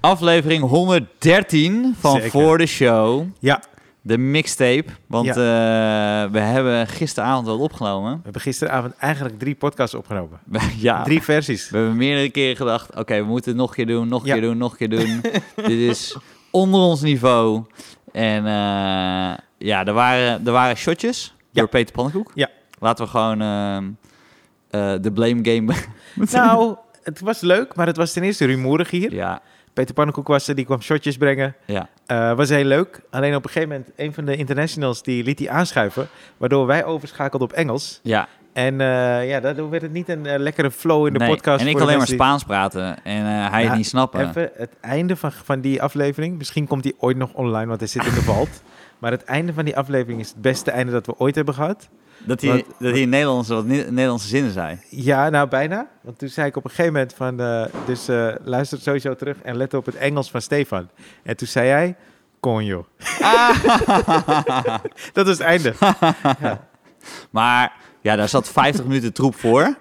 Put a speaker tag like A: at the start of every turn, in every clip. A: aflevering 113 van
B: Zeker.
A: Voor de Show.
B: Ja, we
A: De mixtape. Want eh, we hebben gisteravond wat opgenomen.
B: hebben gisteravond eigenlijk drie podcasts opgenomen.
A: We- ja,
B: Drie versies.
A: we hebben meerdere keren gedacht... oké, we moeten het nog een keer doen, nog een
B: Ja.
A: keer doen, nog een keer doen. Dit is onder ons niveau. En eh, ja, er waren, er waren shotjes door Peter Pannenkoek.
B: Ja.
A: Laten we gewoon ehm, eh, de blame game...
B: Nou, het was leuk, maar het was ten eerste rumoerig hier.
A: ja,
B: Peter Pannenkoek was er, die kwam shotjes brengen.
A: ja.
B: Eh, was heel leuk. Alleen op een gegeven moment, een van de internationals, die liet hij aanschuiven. Waardoor wij overschakelden op Engels.
A: Ja,
B: En eh, ja, daardoor werd het niet een eh, lekkere flow in de
A: Nee,
B: podcast.
A: En ik
B: voor de
A: alleen maar
B: mensen die-
A: Spaans praten en eh, hij
B: Ja,
A: het niet snappen.
B: Even het einde van, van die aflevering. Misschien komt die ooit nog online, want hij zit in de vault. Maar het einde van die aflevering is het beste einde dat we ooit hebben gehad.
A: dat hij,
B: wat-
A: dat hij Nederlandse, wat Ni- Nederlandse zinnen zei.
B: Ja, nou bijna. Want toen zei ik op een gegeven moment van... eh, dus eh, luister sowieso terug en let op het Engels van Stefan. En toen zei hij... Konjo.
A: Ah.
B: dat was het einde.
A: Maar ja, daar zat 50 minuten troep voor.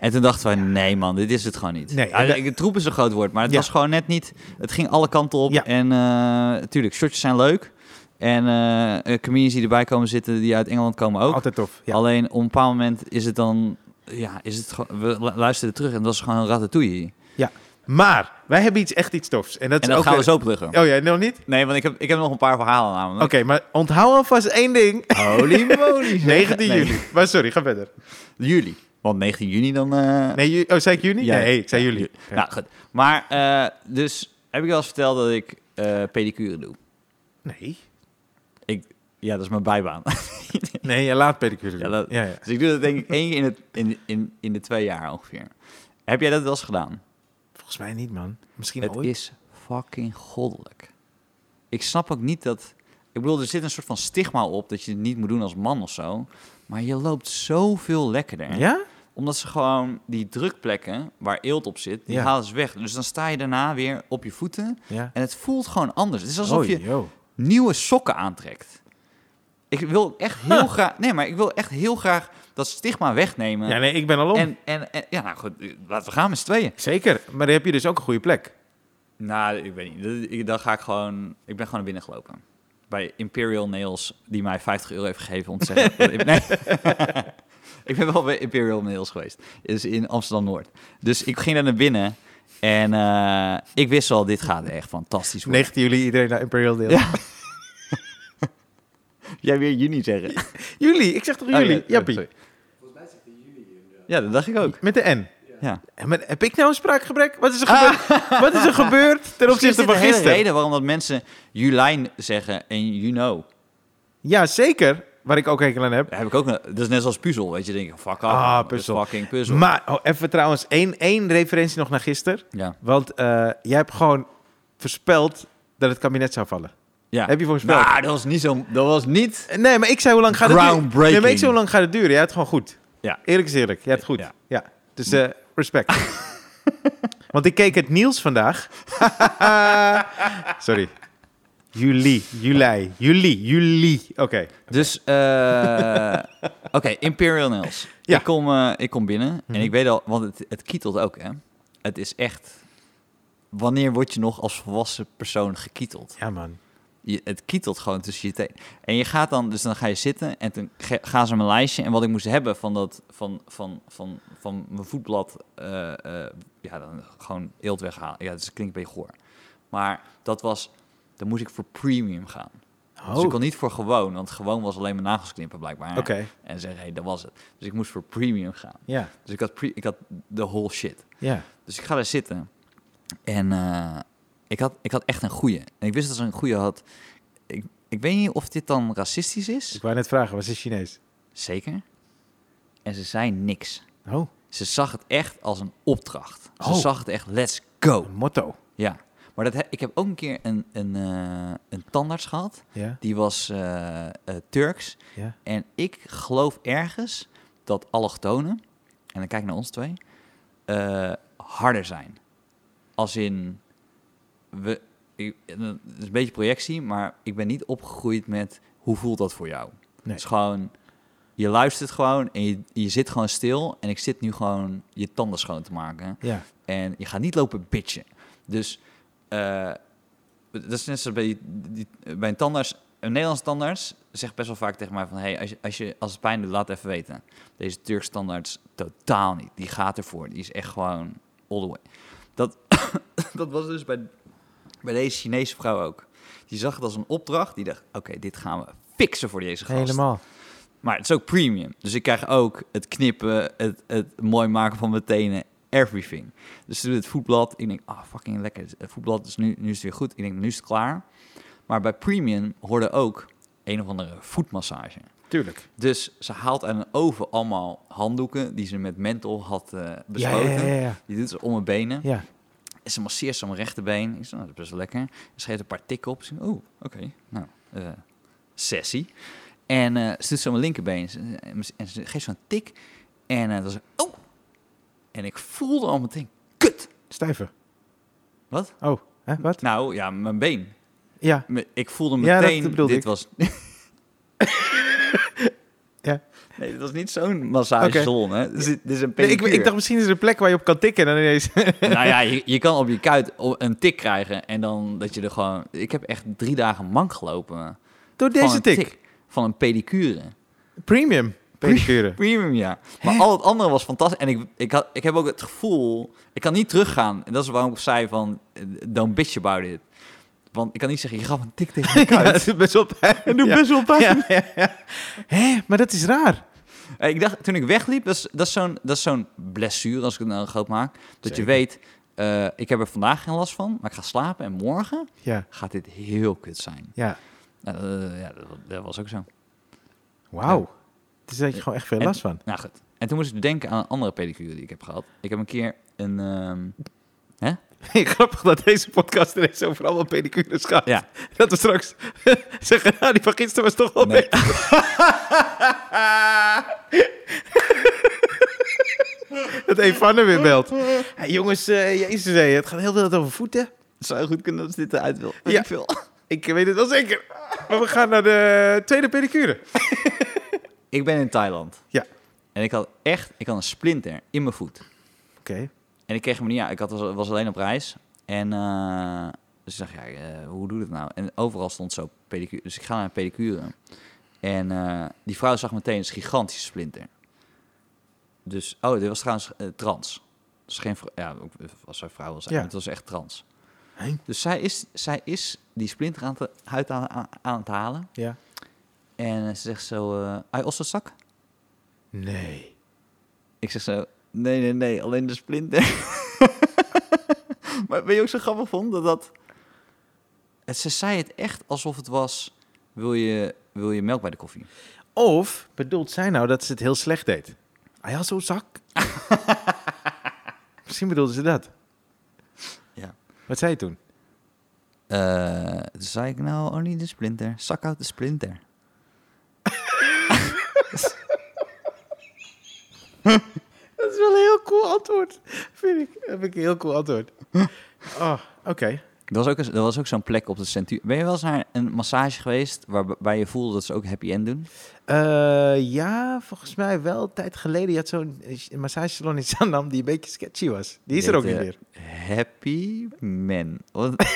A: En toen dachten we, nee man, dit is het gewoon niet.
B: Nee,
A: Ja,
B: en dat-
A: ik- troep is een groot woord, maar het
B: Ja.
A: was gewoon net niet... Het ging alle kanten op.
B: Ja.
A: En natuurlijk, tuurlijk, shortjes zijn leuk. En eh eh, comedians die erbij komen zitten, die uit Engeland komen ook.
B: Altijd tof. Ja.
A: Alleen op een bepaald moment is het dan... Ja, is het gewoon... We lu- luisterden terug en het was gewoon een ratatouille.
B: Maar wij hebben iets, echt iets tofs. En dat,
A: En
B: is
A: dat
B: ook
A: gaan we
B: weer-
A: zo pluggen.
B: Oh ja, nog niet?
A: Nee, want ik heb, ik heb nog een paar verhalen namelijk.
B: Oké, maar onthoud alvast één ding.
A: Holy moly.
B: 19
A: Nee,
B: juli. Maar sorry, ga verder.
A: Juli. Want 19 juni dan... eh,
B: Nee, ju- oh, zei ik juni?
A: Ja.
B: Nee, ik zei jullie. Ja.
A: Nou, goed. Maar, eh, dus heb ik wel eens verteld dat ik eh pedicure doe.
B: Nee.
A: Ik, ja, dat is mijn bijbaan.
B: Nee, ja, laat pedicure doen.
A: Ja, dat-
B: ja, ja.
A: dus ik doe dat denk ik één keer in, het, in, in, in de twee jaar ongeveer. Heb jij dat wel eens gedaan?
B: Volgens mij niet, man. Misschien
A: Het
B: ooit.
A: is fucking goddelijk. Ik snap ook niet dat... Ik bedoel, er zit een soort van stigma op dat je het niet moet doen als man of zo. Maar je loopt zoveel lekkerder.
B: Ja?
A: Omdat ze gewoon die drukplekken waar eelt op zit, die
B: Ja.
A: halen ze weg. Dus dan sta je daarna weer op je voeten
B: Ja.
A: en het voelt gewoon anders. Het is alsof
B: Oh,
A: je
B: yo.
A: nieuwe sokken aantrekt. Ik wil echt heel graag. Nee, maar ik wil echt heel graag dat stigma wegnemen.
B: Ja, nee, ik ben al om.
A: en, en, en ja, nou goed, eh, laten we gaan met z'n tweeën.
B: Zeker, maar dan heb je dus ook een goede plek.
A: Nou, ik weet niet. Dat- ik- Dan ga ik gewoon. Ik ben gewoon naar binnen gelopen. Bij Imperial Nails, die mij 50 euro heeft gegeven om te zeggen. nee. ik ben wel bij Imperial Nails geweest. Is in Amsterdam Noord. Dus ik ging daar naar binnen. En eh, ik wist al, dit gaat echt fantastisch worden.
B: 19 juli iedereen naar Imperial Deel.
A: Ja. Jij weer juni zeggen.
B: Jullie, ik zeg toch
A: Oh,
B: jullie?
A: ja,
B: Jappie.
A: sorry. Ja, dat dacht ik ook.
B: Met de N.
A: Ja.
B: En met- heb ik nou een spraakgebrek? Wat is er gebeurd, Wat is er gebeurd
A: Ah.
B: ten
A: Misschien is
B: opzichte
A: dit
B: van
A: de hele
B: gisteren?
A: reden waarom dat mensen Julijn zeggen en you know.
B: Ja, zeker. Waar ik ook hekel aan heb.
A: Daar heb ik ook. een- Dat is net zoals puzzel, weet je. Denk ik, fuck off.
B: Ah,
A: man.
B: puzzel.
A: Fucking puzzel.
B: Maar oh, even trouwens, één, één referentie nog naar gisteren.
A: ja.
B: Want eh, jij hebt gewoon voorspeld dat het kabinet zou vallen.
A: ja.
B: Heb je voorspeld?
A: Nou, dat was niet zo. Dat was niet.
B: Eh, Nee, maar ik zei hoe lang gaat het duren?
A: Groundbreaking.
B: Nee, maar ik zei hoe lang gaat het duren? Jij had het gewoon goed.
A: Ja.
B: Eerlijk is eerlijk. Jij had het goed.
A: Ja.
B: Ja. Dus eh, respect. Want ik keek het nieuws vandaag. Sorry. Juli, juli, juli, juli. Oké.
A: Dus, eh, oké, Imperial Nails.
B: Ja. Mhm.
A: Ik, kom, eh, ik kom binnen en ik weet al, want het, het kietelt ook, hè. Het is echt, wanneer word je nog als volwassen persoon gekieteld?
B: Ja, man.
A: je, het kietelt gewoon tussen je tenen. En je gaat dan, dus dan ga je zitten en dan ge- gaan ze mijn lijstje. En wat ik moest hebben van dat, van, van, van, van mijn voetblad, eh, eh, ja, dan gewoon eelt weghalen. Ja, dat klinkt een beetje goor. Maar dat was, dan moest ik voor premium gaan. Dus ik
B: Oh.
A: kon niet voor gewoon, want gewoon was alleen mijn nagels knippen blijkbaar.
B: Oké.
A: En zeggen, hé, dat was het. Dus ik moest voor premium gaan.
B: Ja.
A: Dus ik had, pre- ik had de whole shit.
B: Ja.
A: Dus ik ga daar zitten. En eh, ik, had, ik had echt een goeie. En ik wist dat ze een goeie had. Ik, ik weet niet of dit dan racistisch is.
B: Ik wou net vragen, was ze Chinees?
A: Zeker. En ze zei niks.
B: Oh,
A: Ze zag het echt als een opdracht. Ze
B: Oh.
A: zag het echt, let's go.
B: een motto.
A: Ja. Maar dat, he- ik heb ook een keer een, een, eh, een tandarts gehad.
B: Ja.
A: Die was eh, eh, Turks.
B: Ja.
A: En ik geloof ergens dat allochtonen, en dan kijk ik naar ons twee, eh, harder zijn. Als in, we, ik, en dat is een beetje projectie, maar ik ben niet opgegroeid met hoe voelt dat voor jou.
B: Nee.
A: Het is gewoon, je luistert gewoon en je, je zit gewoon stil en ik zit nu gewoon je tanden schoon te maken.
B: Ja.
A: En je gaat niet lopen bitchen. Dus eh, eh, dat is net zoals bij, die- die- bij een tandarts. Een Nederlands tandarts zegt best wel vaak tegen mij van... Hey, als, je, als, je, als het pijn doet, laat even weten. Deze Turks tandarts totaal niet. Die gaat ervoor. Die is echt gewoon all the way. Dat, dat was dus bij, bij deze Chinese vrouw ook. Die zag het als een opdracht. Die dacht, oké, dit gaan we fixen voor deze gast.
B: Helemaal.
A: Maar het is ook premium. Dus ik krijg ook het knippen, het, het mooi maken van mijn tenen, everything. Dus toen het voetblad, ik denk, ah, fucking lekker. Het voetblad is nu, nu is het weer goed. Ik denk, nu is het klaar. Maar bij premium hoorde ook een of andere voetmassage.
B: Tuurlijk.
A: Dus ze haalt uit een oven allemaal handdoeken die ze met menthol had eh,
B: Ja,
A: bespoten.
B: ja, ja, ja.
A: Die doet ze om mijn benen.
B: ja.
A: En ze masseert ze aan mijn rechterbeen. Ik zei, nou, dat is best wel lekker. Ze geeft een paar tikken op. Ze oh, oké. Nou, eh, sessie. En eh, ze doet zo mijn linkerbeen. Ze- En ze geeft zo'n tik. En eh, dan ze, oh. En ik voelde al meteen, kut.
B: Stijver.
A: Wat?
B: Oh, hè, wat?
A: Nou, ja, mijn been.
B: Ja.
A: Me- Ik voelde
B: Ja, dat
A: meteen, dit
B: bedoelde ik.
A: was...
B: Ja.
A: Nee, dit was niet zo'n massagesalon, hè. Dit is, dit is een
B: Nee, ik,
A: pedicure.
B: ik dacht, misschien is er een plek waar je op kan tikken. En dan ineens...
A: nou ja, je, je kan op je kuit o- een tik krijgen en dan dat je er gewoon... Ik heb echt drie dagen mank gelopen
B: Door
A: van
B: deze
A: een
B: tik.
A: Van een pedicure.
B: Premium. Pedicure.
A: Premium, ja. Maar al het andere was fantastisch. En ik, ik, had, ik heb ook het gevoel... Ik kan niet teruggaan. En dat is waarom ik zei van... eh, Don't bitch about it. Want ik kan niet zeggen, je gaf een tik tegen mijn
B: Ja,
A: kuit.
B: het doet best wel pijn.
A: Het doet best wel pijn.
B: Ja, ja, ja. Hé, maar dat is raar.
A: Eh, Ik dacht, toen ik wegliep, dat is, dat is zo'n dat is zo'n blessure, als ik het nou groot maak. Dat je
B: Zeker.
A: weet, eh, ik heb er vandaag geen last van, maar ik ga slapen. En morgen
B: Ja.
A: gaat dit heel kut zijn.
B: Ja.
A: Nou, eh, ja, dat, dat was ook zo.
B: Wauw. Het is dat je gewoon echt veel
A: En-
B: last van.
A: Nou goed. En toen moest ik denken aan een andere pedicure die ik heb gehad. Ik heb een keer een... ehm,
B: Grappig dat deze podcast ineens over allemaal pedicures gaat.
A: Ja.
B: Dat we straks zeggen, nou, die van gisteren was toch wel
A: Nee.
B: beter. dat een van hem weer belt. Hey, jongens, eh, jezus, hé, het gaat heel veel over voeten.
A: het zou goed kunnen dat dit eruit wil.
B: Ja.
A: Ik wil.
B: Ik weet het wel zeker. Maar we gaan naar de tweede pedicure.
A: Ik ben in Thailand.
B: Ja.
A: En ik had echt... Ik had een splinter in mijn voet.
B: Oké.
A: En ik kreeg hem niet uit. Ik had, was, was alleen op reis. En eh, dus ik dacht, ja, eh, hoe doe ik het nou? En overal stond zo pedicure. Dus ik ga naar een pedicure. En eh, die vrouw zag meteen een gigantische splinter. Dus, oh, dit was trouwens eh, trans. Dus geen vrou- ja, ook als zij vrouw was,
B: Ja.
A: het was echt trans.
B: Hè?
A: Dus zij is, zij is die splinter aan het, huid aan, aan, aan het halen.
B: Ja.
A: En ze zegt zo, eh I also suck.
B: Nee.
A: Ik zeg zo, nee, nee, nee, alleen de splinter. maar ben je ook zo grappig vond dat dat... Het, ze zei het echt alsof het was, wil je, wil je melk bij de koffie?
B: Of bedoelt zij nou dat ze het heel slecht deed? Hij had zo'n zak. Misschien bedoelde ze dat.
A: Ja.
B: Wat zei je toen?
A: Eh, toen zei ik, nou, only de splinter. Zak out de splinter.
B: Dat is wel een heel cool antwoord. Vind ik. Heb ik een heel cool antwoord. Oh, oké.
A: Er was ook, eens- er was ook zo'n plek op de centuur. Ben je wel eens naar een massage geweest waarbij je voelde dat ze ook happy end doen?
B: Eh, ja, volgens mij wel een tijd geleden. Je had zo'n eh, massagesalon in Zandam die een beetje sketchy was. Die is er ook
A: Dit,
B: niet
A: eh,
B: meer.
A: Happy man. Wat-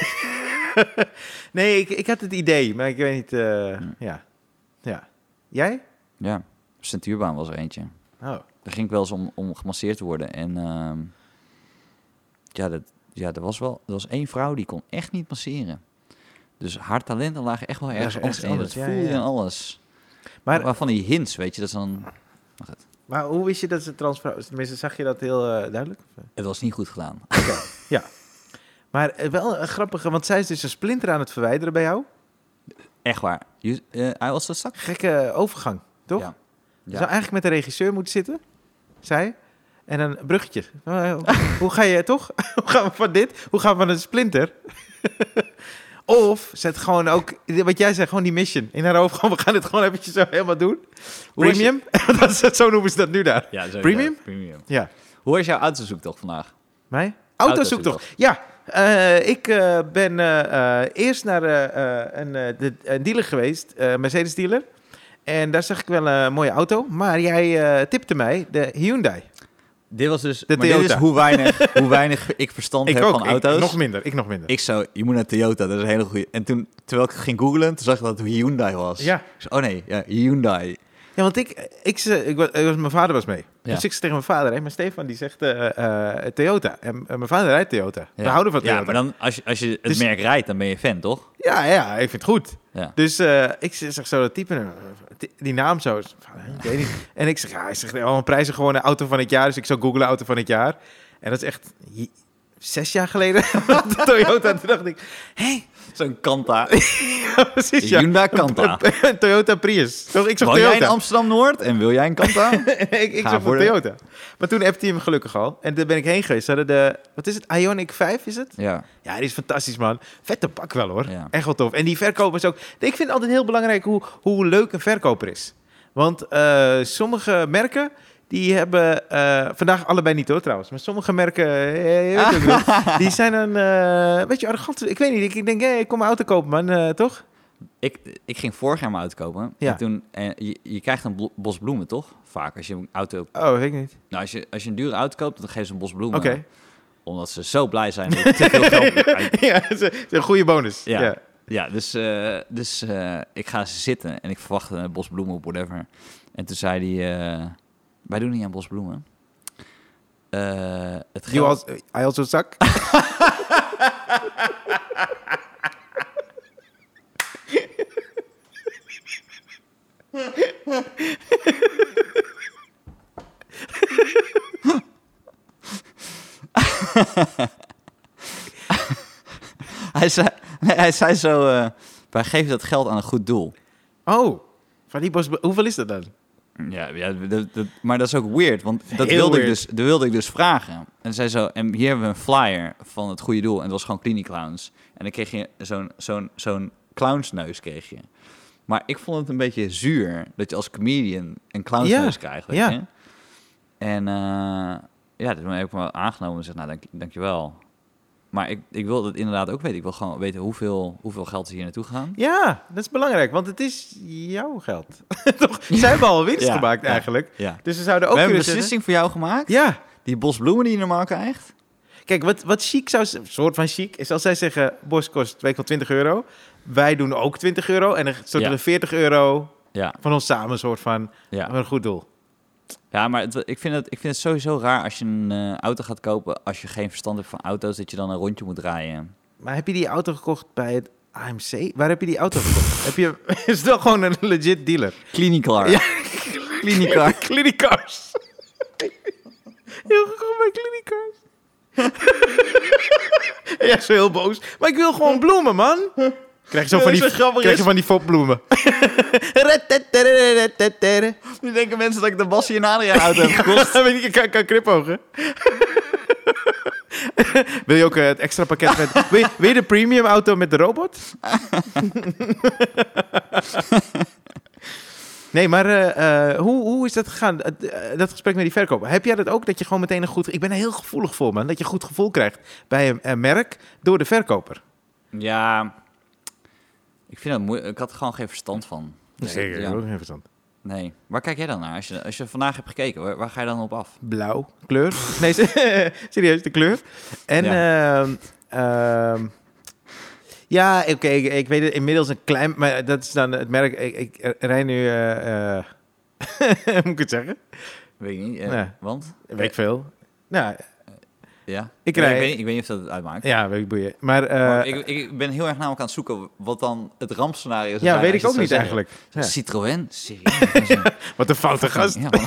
B: Nee, ik, ik had het idee, maar ik weet niet. eh, ja. ja. Jij?
A: ja, centuurbaan was er eentje.
B: Oh.
A: Daar ging ik wel eens om, om gemasseerd te worden. En ehm, ja, dat, ja, er was wel er was één vrouw die kon echt niet masseren. Dus haar talenten lagen echt wel ergens
B: Lagen
A: anders
B: ergens
A: in. Dat
B: anders,
A: voel
B: ja,
A: je en
B: ja.
A: alles. Maar,
B: Maar,
A: van die hints, weet je, dat is dan...
B: maar hoe wist je dat ze transvrouw was? Tenminste, zag je dat heel eh, duidelijk?
A: Het was niet goed gedaan.
B: Ja. Maar eh, wel een grappige, want zij is dus een splinter aan het verwijderen bij jou.
A: Echt waar. Je- eh, Hij was zo zak.
B: Gekke eh, overgang, toch?
A: Ja.
B: Je
A: Ja.
B: zou eigenlijk met de regisseur moeten zitten, zij. En een bruggetje. Eh, Hoe ga je, toch? Hoe gaan we van dit? Hoe gaan we van een splinter? Of zet gewoon ook, wat jij zei, gewoon die mission in haar hoofd. Gewoon, we gaan dit gewoon eventjes zo helemaal doen.
A: Hoe is
B: Premium? dat is, zo noemen ze dat nu daar.
A: Ja, sowieso.
B: Premium?
A: Premium.
B: Ja.
A: Hoe is jouw autozoektocht vandaag?
B: Mij?
A: Autozoektocht.
B: Autozoektocht. Ja, eh, ik eh, ben eh, eh, eerst naar eh, eh, een, eh, de- een dealer geweest, eh Mercedes dealer. En daar zag ik wel een mooie auto. Maar jij eh, tipte mij de Hyundai.
A: Dit was dus.
B: De
A: maar dit is
B: Toyota.
A: hoe weinig, hoe weinig ik verstand
B: Ik
A: heb
B: ook.
A: van
B: ik-
A: auto's.
B: nog minder. Ik nog minder.
A: Ik zo, je moet naar Toyota, dat is een hele goede. En toen, terwijl ik ging googlen, toen zag ik dat het Hyundai was.
B: Ja.
A: Ik zo, oh nee, ja, Hyundai.
B: Ja, want ik, ik, ze- ik, was- ik was- mijn vader was mee.
A: Ja.
B: Dus ik zeg tegen mijn vader, hé, maar Stefan die zegt eh, eh, Toyota. En eh, mijn vader rijdt Toyota. We
A: Ja.
B: houden van Toyota.
A: Ja, maar dan, als je, als je het
B: Dus-
A: merk rijdt, dan ben je fan, toch?
B: ja, ja, ik vind het goed.
A: Ja.
B: Dus eh, ik zeg zo dat type, eh, die naam zo, is van, eh, ik weet niet. En ik zeg, ja, hij zegt, oh, een prijzen gewoon een auto van het jaar. Dus ik zou googlen auto van het jaar. En dat is echt je- zes jaar geleden op de Toyota. Toen dacht ik,
A: Zo'n Kanta.
B: precies ja.
A: Hyundai Kanta.
B: Een- Een Toyota Prius. Toch? Ik zag
A: Woon jij in
B: Toyota.
A: Amsterdam-Noord en wil jij een Kanta?
B: ik ik
A: Ga
B: zag van
A: voor de-
B: Toyota. Maar toen appte hij hem gelukkig al. En daar ben ik heen geweest. Ze hadden de, wat is het? Ionic 5 is het?
A: ja.
B: Ja, die is fantastisch, man. Vette pak wel, hoor.
A: Ja.
B: Echt wel tof. En die verkopers ook. Ik vind het altijd heel belangrijk hoe, hoe leuk een verkoper is. Want eh, sommige merken, die hebben... eh, vandaag allebei niet, hoor, trouwens. Maar sommige merken, eh, je weet wat ik bedoel, die zijn een eh, beetje arrogant. Ik weet niet, ik, ik denk, hey, ik kom mijn auto kopen, man. eh, toch?
A: Ik, ik ging vorig jaar mijn auto kopen.
B: Ja.
A: En toen, en je, je krijgt een blo- bos bloemen, toch? Vaak, als je een auto...
B: Oh, weet ik niet.
A: Nou, als je, als je een dure auto koopt, dan geven ze een bos bloemen.
B: Oké.
A: Omdat ze zo blij zijn dat je te veel geld uit-
B: ja, dat is een- dat is een goede bonus.
A: Ja.
B: ja.
A: Ja, dus, eh, dus eh, ik ga ze zitten en ik verwachtte een bos bloemen of whatever. En toen zei hij, eh, wij doen niet aan bos bloemen. Eh, het
B: You
A: geld...
B: also, I also suck.
A: Hij, zei, nee, hij zei zo, eh, wij geven dat geld aan een goed doel.
B: Oh, van die bos, hoeveel is dat dan?
A: Ja, ja dat, dat- maar dat is ook weird, want dat
B: Heel
A: wilde, ik
B: weird.
A: dus, dat wilde ik dus vragen. En zei zo, en hier hebben we een flyer van het goede doel. En dat was gewoon Clinic Clowns. En dan kreeg je zo'n zo'n zo'n clownsneus kreeg je. Maar ik vond het een beetje zuur dat je als comedian een clownsneus
B: Ja,
A: krijgt, weet
B: ja.
A: je. En eh, ja, toen heb ik me aangenomen en zeg, nou, dank, dankjewel. Maar ik, ik wil dat inderdaad ook weten. Ik wil gewoon weten hoeveel, hoeveel geld is hier naartoe gegaan.
B: Ja, dat is belangrijk, want het is jouw geld. Toch? Ze hebben al winst
A: Ja,
B: gemaakt
A: ja.
B: eigenlijk.
A: Ja.
B: Dus ze zouden ook
A: We hebben een
B: kunnen zeggen-
A: beslissing voor jou gemaakt.
B: Ja,
A: Die bosbloemen die je normaal krijgt.
B: kijk, wat, wat chic zou ze- soort van chic, is als zij zeggen, bos kost twee keer 20 euro. Wij doen ook 20 euro en dan stort
A: Ja.
B: er 40 euro
A: Ja,
B: van ons samen, een soort van,
A: ja.
B: een goed doel.
A: Ja, maar het- ik, vind het, ik vind het sowieso raar als je een eh, auto gaat kopen als je geen verstand hebt van auto's, dat je dan een rondje moet draaien.
B: Maar heb je die auto gekocht bij het AMC? Waar heb je die auto gekocht? heb je, is dat gewoon een legit dealer?
A: Clinicar.
B: Ja.
A: Clinicar.
B: Clinicars. Heel goed bij Clinicars. ja, zo heel boos. Maar ik wil gewoon bloemen, man. Krijg je zo van die,
A: Dat is zo grappig,
B: krijg je
A: is-
B: van die fopbloemen.
A: Nu denken mensen dat ik de Bassi en Adriaan auto heb gekocht.
B: Weet je, ik kan, kan knipogen. wil je ook eh, het extra pakket met... Wil je, wil je de premium auto met de robot? nee, maar eh, eh, hoe, hoe is dat gegaan? Eh, eh, dat gesprek met die verkoper. Heb jij dat ook? Dat je gewoon meteen een goed... Ik ben er heel gevoelig voor, man. Dat je een goed gevoel krijgt bij een, een merk door de verkoper.
A: Ja, ik vind dat moeilijk. Ik had er gewoon geen verstand van. Dus dat-
B: Zeker.
A: ja.
B: ook geen verstand.
A: Nee. Waar kijk jij dan naar? Als je, als je vandaag hebt gekeken, waar, waar ga je dan op af?
B: Blauw. Kleur. Nee, se- serieus, de kleur. En ehm, ehm, ja, oké, ik, ik weet het inmiddels een klein... Maar dat is dan het merk... Ik, ik rij nu... eh, eh, hoe moet ik het zeggen?
A: Weet ik niet. eh,
B: Nee.
A: Want?
B: Weet ik veel. Nou,
A: Ja.
B: Ik
A: Nee,
B: rij-
A: weet, niet- ik weet niet of dat het uitmaakt.
B: ja, weet ik boeien. Maar, eh,
A: Maar ik, ik ben heel erg namelijk aan het zoeken wat dan het rampscenario is.
B: ja, weet
A: Als
B: ik
A: je het
B: ook
A: zou
B: niet
A: zeggen.
B: eigenlijk. Ja.
A: Citroën? Serieus?
B: Wat een foute gast.
A: Ja, man.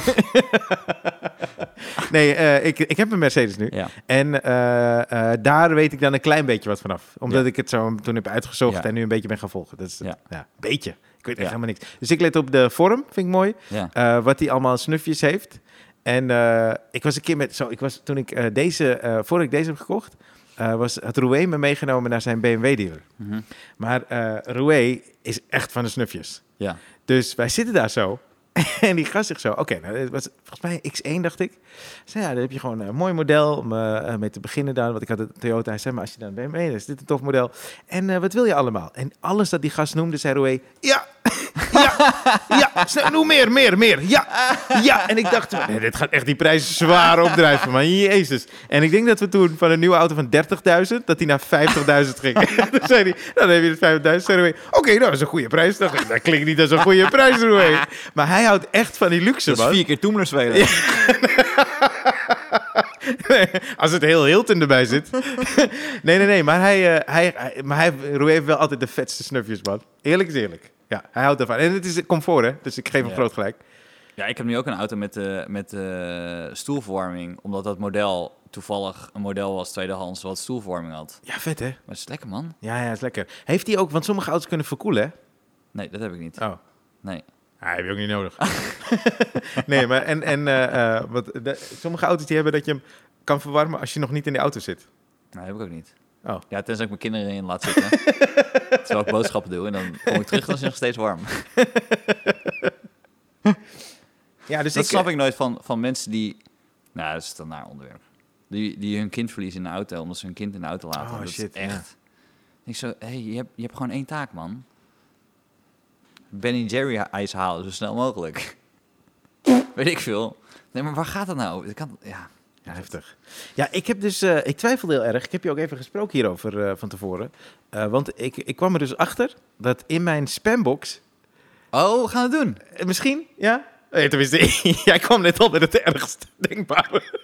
B: Nee, eh, ik, ik heb een Mercedes nu.
A: Ja.
B: En eh, eh, daar weet ik dan een klein beetje wat vanaf. Omdat
A: Ja.
B: ik het zo toen heb uitgezocht
A: Ja.
B: en nu een beetje ben gaan volgen. Dat is het.
A: Ja.
B: ja, een beetje. Ik weet echt
A: Ja.
B: helemaal niks. Dus ik let op de vorm, vind ik mooi.
A: ja.
B: Eh, wat hij allemaal snufjes heeft. En eh, ik was een keer met zo, ik was toen ik eh, deze, eh voordat ik deze heb gekocht, eh, was had Roué me meegenomen naar zijn BMW dealer.
A: Mhm.
B: Maar eh Roué is echt van de snufjes.
A: ja.
B: Dus wij zitten daar zo. En die gast zegt zo, oké, nou, het was volgens mij X1 dacht ik. Ik Zei, ja, dan heb je gewoon een mooi model om eh, eh, mee te beginnen dan. Want ik had een Toyota. Hij zei, maar als je dan BMW, dan is dit een tof model. En eh, wat wil je allemaal? En alles dat die gast noemde, zei Roué, ja, ja, ja, ja, snel, hoe meer, meer, meer, ja, ja. En ik dacht, nee, dit gaat echt die prijzen zwaar opdrijven, man, jezus. En ik denk dat we toen van een nieuwe auto van 30.000, dat die naar 50.000 ging. Toen zei hij, nou, dan heb je de 50.000. Zei hij, oké, nou, dat is een goede prijs. Dacht ik, dat klinkt niet als een goede prijs, Roewe. Maar hij houdt echt van die luxe,
A: Dat is
B: man.
A: vier keer Toemler spelen.
B: Nee, Als het heel Hilton erbij zit. nee, nee, nee. Maar hij, eh, hij, hij- maar hij Roué heeft wel altijd de vetste snufjes, man. Eerlijk is eerlijk. Ja, hij houdt ervan. En het is comfort, hè? Dus ik geef hem
A: Ja.
B: groot gelijk.
A: Ja, ik heb nu ook een auto met, eh, met eh, stoelverwarming. Omdat dat model toevallig een model was tweedehands wat stoelverwarming had.
B: Ja, vet, hè?
A: Maar het is lekker, man.
B: Ja, ja, is lekker. Heeft hij ook... Want sommige auto's kunnen verkoelen,
A: Nee, dat heb ik niet.
B: hè? Oh.
A: Nee.
B: Ah, heb je ook niet nodig. nee, maar en, en eh, eh, wat, de- sommige auto's die hebben dat je hem kan verwarmen als je nog niet in de auto zit.
A: Nee, heb ik ook niet.
B: Oh.
A: Ja, tenzij ik mijn kinderen erin laat zitten. terwijl ik boodschappen doe. En dan kom ik terug, dan is het nog steeds warm.
B: Ja, dus
A: dat
B: ik,
A: snap ik nooit van, van mensen die... Nou, dat is dan naar onderwerp. Die, die hun kind verliezen in de auto, omdat ze hun kind in de auto laten.
B: Oh,
A: dat
B: shit,
A: is echt... Ik zo, hey, je, hebt, je hebt gewoon één taak, man. Benny Jerry ijs halen, zo snel mogelijk. Weet ik veel. Nee, maar waar gaat dat nou over? Dat kan, ja.
B: Ja, heftig. Ja, ik heb dus, eh, ik twijfelde heel erg. Ik heb je ook even gesproken hierover eh, van tevoren. Eh, want ik, ik kwam er dus achter dat in mijn spambox,
A: Oh, we gaan het doen.
B: eh, misschien, ja? Nee, tenminste, jij kwam net al met het ergst denkbare.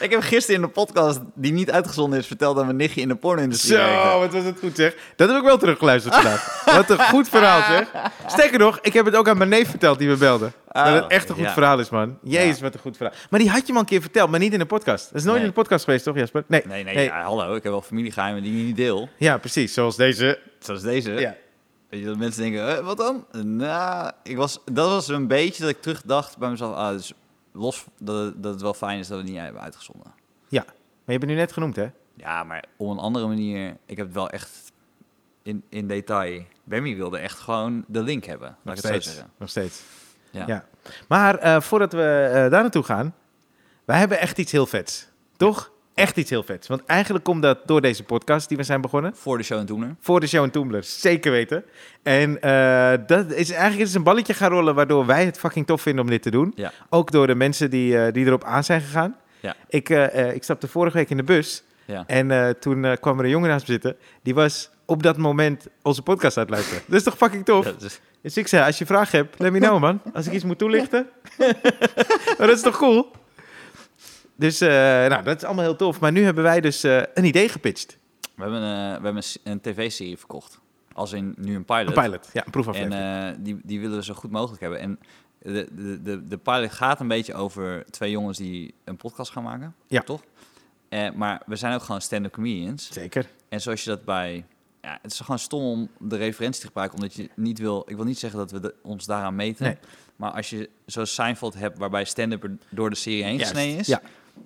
A: Ik heb gisteren in de podcast, die niet uitgezonden is, verteld dat mijn nichtje in de porno-industrie
B: Zo,
A: werkte.
B: wat was het goed zeg. Dat heb ik wel teruggeluisterd vandaag. Wat een goed verhaal zeg. Sterker nog, ik heb het ook aan mijn neef verteld die me belde.
A: Oh,
B: dat het echt een goed
A: ja.
B: verhaal is, man. Jezus,
A: Ja.
B: wat een goed verhaal. Maar die had je me al een keer verteld, maar niet in de podcast. Dat is nooit
A: Nee.
B: in de podcast geweest, toch Jasper? Nee.
A: Nee, nee, ja, hallo. Ik heb wel familiegeheimen die ik niet deel.
B: Ja, precies. Zoals deze.
A: Zoals deze.
B: Ja.
A: Weet je, dat mensen denken, "Eh, wat dan? Nou, ik was, dat was een beetje dat ik terugdacht bij mezelf. Ah, dus los dat, dat het wel fijn is dat we het niet hebben uitgezonden.
B: Ja, maar je hebt het nu net genoemd, hè?
A: Ja, maar op een andere manier. Ik heb het wel echt in, in detail. Bemmy wilde echt gewoon de link hebben. Laat
B: Nog
A: ik het zo
B: steeds.
A: zeggen.
B: Nog steeds.
A: Ja.
B: Ja. Maar eh, voordat we eh, daar naartoe gaan, wij hebben echt iets heel vets. Toch? Echt iets heel vets. Want eigenlijk komt dat door deze podcast die we zijn begonnen.
A: Voor de show en toener.
B: Voor de show en Toomler, zeker weten. En eh, dat is eigenlijk is een balletje gaan rollen waardoor wij het fucking tof vinden om dit te doen.
A: Ja.
B: Ook door de mensen die, eh, die erop aan zijn gegaan.
A: Ja.
B: Ik, eh, eh, ik stapte vorige week in de bus
A: Ja.
B: en eh, toen eh, kwam er een jongen naast me zitten. Die was op dat moment onze podcast aan het luisteren. dat is toch fucking tof?
A: Dat is-
B: Dus ik zei, als je vragen hebt, let me know, man. Als ik iets moet toelichten. maar dat is toch cool? Dus eh, nou, dat is allemaal heel tof. Maar nu hebben wij dus eh, een idee gepitcht.
A: we hebben, eh, we hebben een, s- een tv-serie verkocht. Als in nu een pilot.
B: Een pilot, ja, een
A: En
B: proefaflevering.
A: eh, die, die willen we zo goed mogelijk hebben. En de, de, de, de pilot gaat een beetje over twee jongens die een podcast gaan maken.
B: Ja.
A: Toch? Eh, maar we zijn ook gewoon stand-up comedians.
B: Zeker.
A: En zoals je dat bij... Ja, het is gewoon stom om de referentie te gebruiken, omdat je niet wil... Ik wil niet zeggen dat we de- ons daaraan meten.
B: Nee.
A: Maar als je zoals Seinfeld hebt, waarbij stand-up er door de serie heen
B: Juist,
A: gesneden is...
B: ja.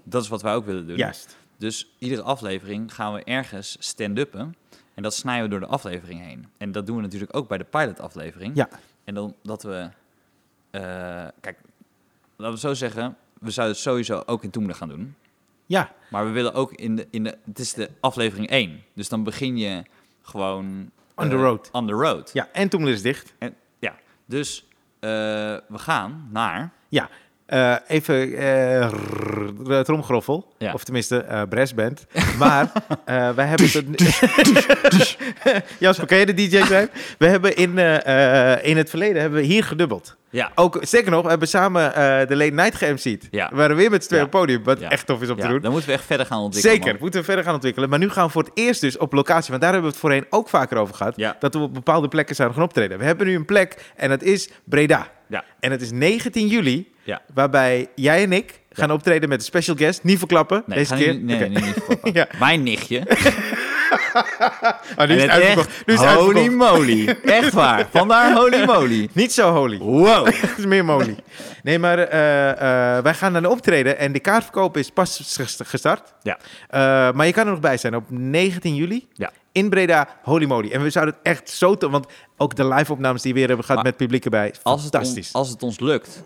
A: Dat is wat wij ook willen doen.
B: Juist.
A: Dus iedere aflevering gaan we ergens stand-uppen. En dat snijden we door de aflevering heen. En dat doen we natuurlijk ook bij de pilot-aflevering.
B: Ja.
A: En dan dat we... eh, kijk, laten we het zo zeggen. We zouden het sowieso ook in Toemler gaan doen.
B: Ja,
A: Maar we willen ook in de... In de het is de aflevering 1. Dus dan begin je gewoon...
B: On
A: eh,
B: the road.
A: On the road.
B: ja. en toen is dicht.
A: En, ja. Dus eh, we gaan naar...
B: Ja, eh, even eh rrr, tromgeroffel.
A: Ja.
B: Of tenminste, eh brassband. Maar eh, wij hebben... Tot... nu- Jasper, kan je de DJ zijn? We hebben in, eh, eh, in het verleden hebben we hier gedubbeld.
A: Ja.
B: Ook, sterker nog, we hebben samen eh, de Late Night geMC'd.
A: Ja.
B: We waren weer met z'n tweeën
A: Ja.
B: op het podium, wat
A: Ja.
B: echt tof is om
A: ja,
B: te doen.
A: Dan moeten we echt verder gaan ontwikkelen.
B: Zeker,
A: man.
B: moeten we verder gaan ontwikkelen. Maar nu gaan we voor het eerst dus op locatie, want daar hebben we het voorheen ook vaker over gehad,
A: Ja.
B: dat we op bepaalde plekken zouden gaan optreden. We hebben nu een plek en dat is Breda.
A: Ja.
B: En het is 19 juli,
A: Ja.
B: waarbij jij en ik gaan optreden met een special guest. Niet verklappen,
A: Nee,
B: deze
A: ga nu-
B: keer.
A: nee,
B: Oké.
A: nee, niet verklappen.
B: Ja.
A: Mijn nichtje.
B: Oh, nu
A: En
B: is het
A: het
B: uitverkocht.
A: echt,
B: Nu is het
A: holy
B: uitverkocht.
A: moly. Echt waar. Vandaar holy moly.
B: Niet zo holy.
A: Wow.
B: Het is meer moly. Nee, maar eh, eh, wij gaan dan optreden en de kaartverkoop is pas ges- gestart.
A: Ja.
B: Eh, maar je kan er nog bij zijn op 19 juli.
A: Ja.
B: In Breda, holy moly. En we zouden het echt zo... te- want ook de live-opnames die we weer hebben gehad
A: Maar
B: met publiek erbij.
A: Als het, on-
B: Fantastisch.
A: als het ons lukt,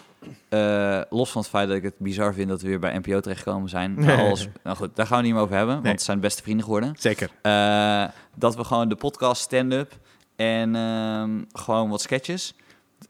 A: eh, los van het feit dat ik het bizar vind dat we weer bij NPO terechtgekomen zijn. maar Als, nou goed, daar gaan we niet meer over hebben, want
B: Nee.
A: het zijn beste vrienden geworden.
B: Zeker.
A: Eh, dat we gewoon de podcast stand-up En ehm, gewoon wat sketches.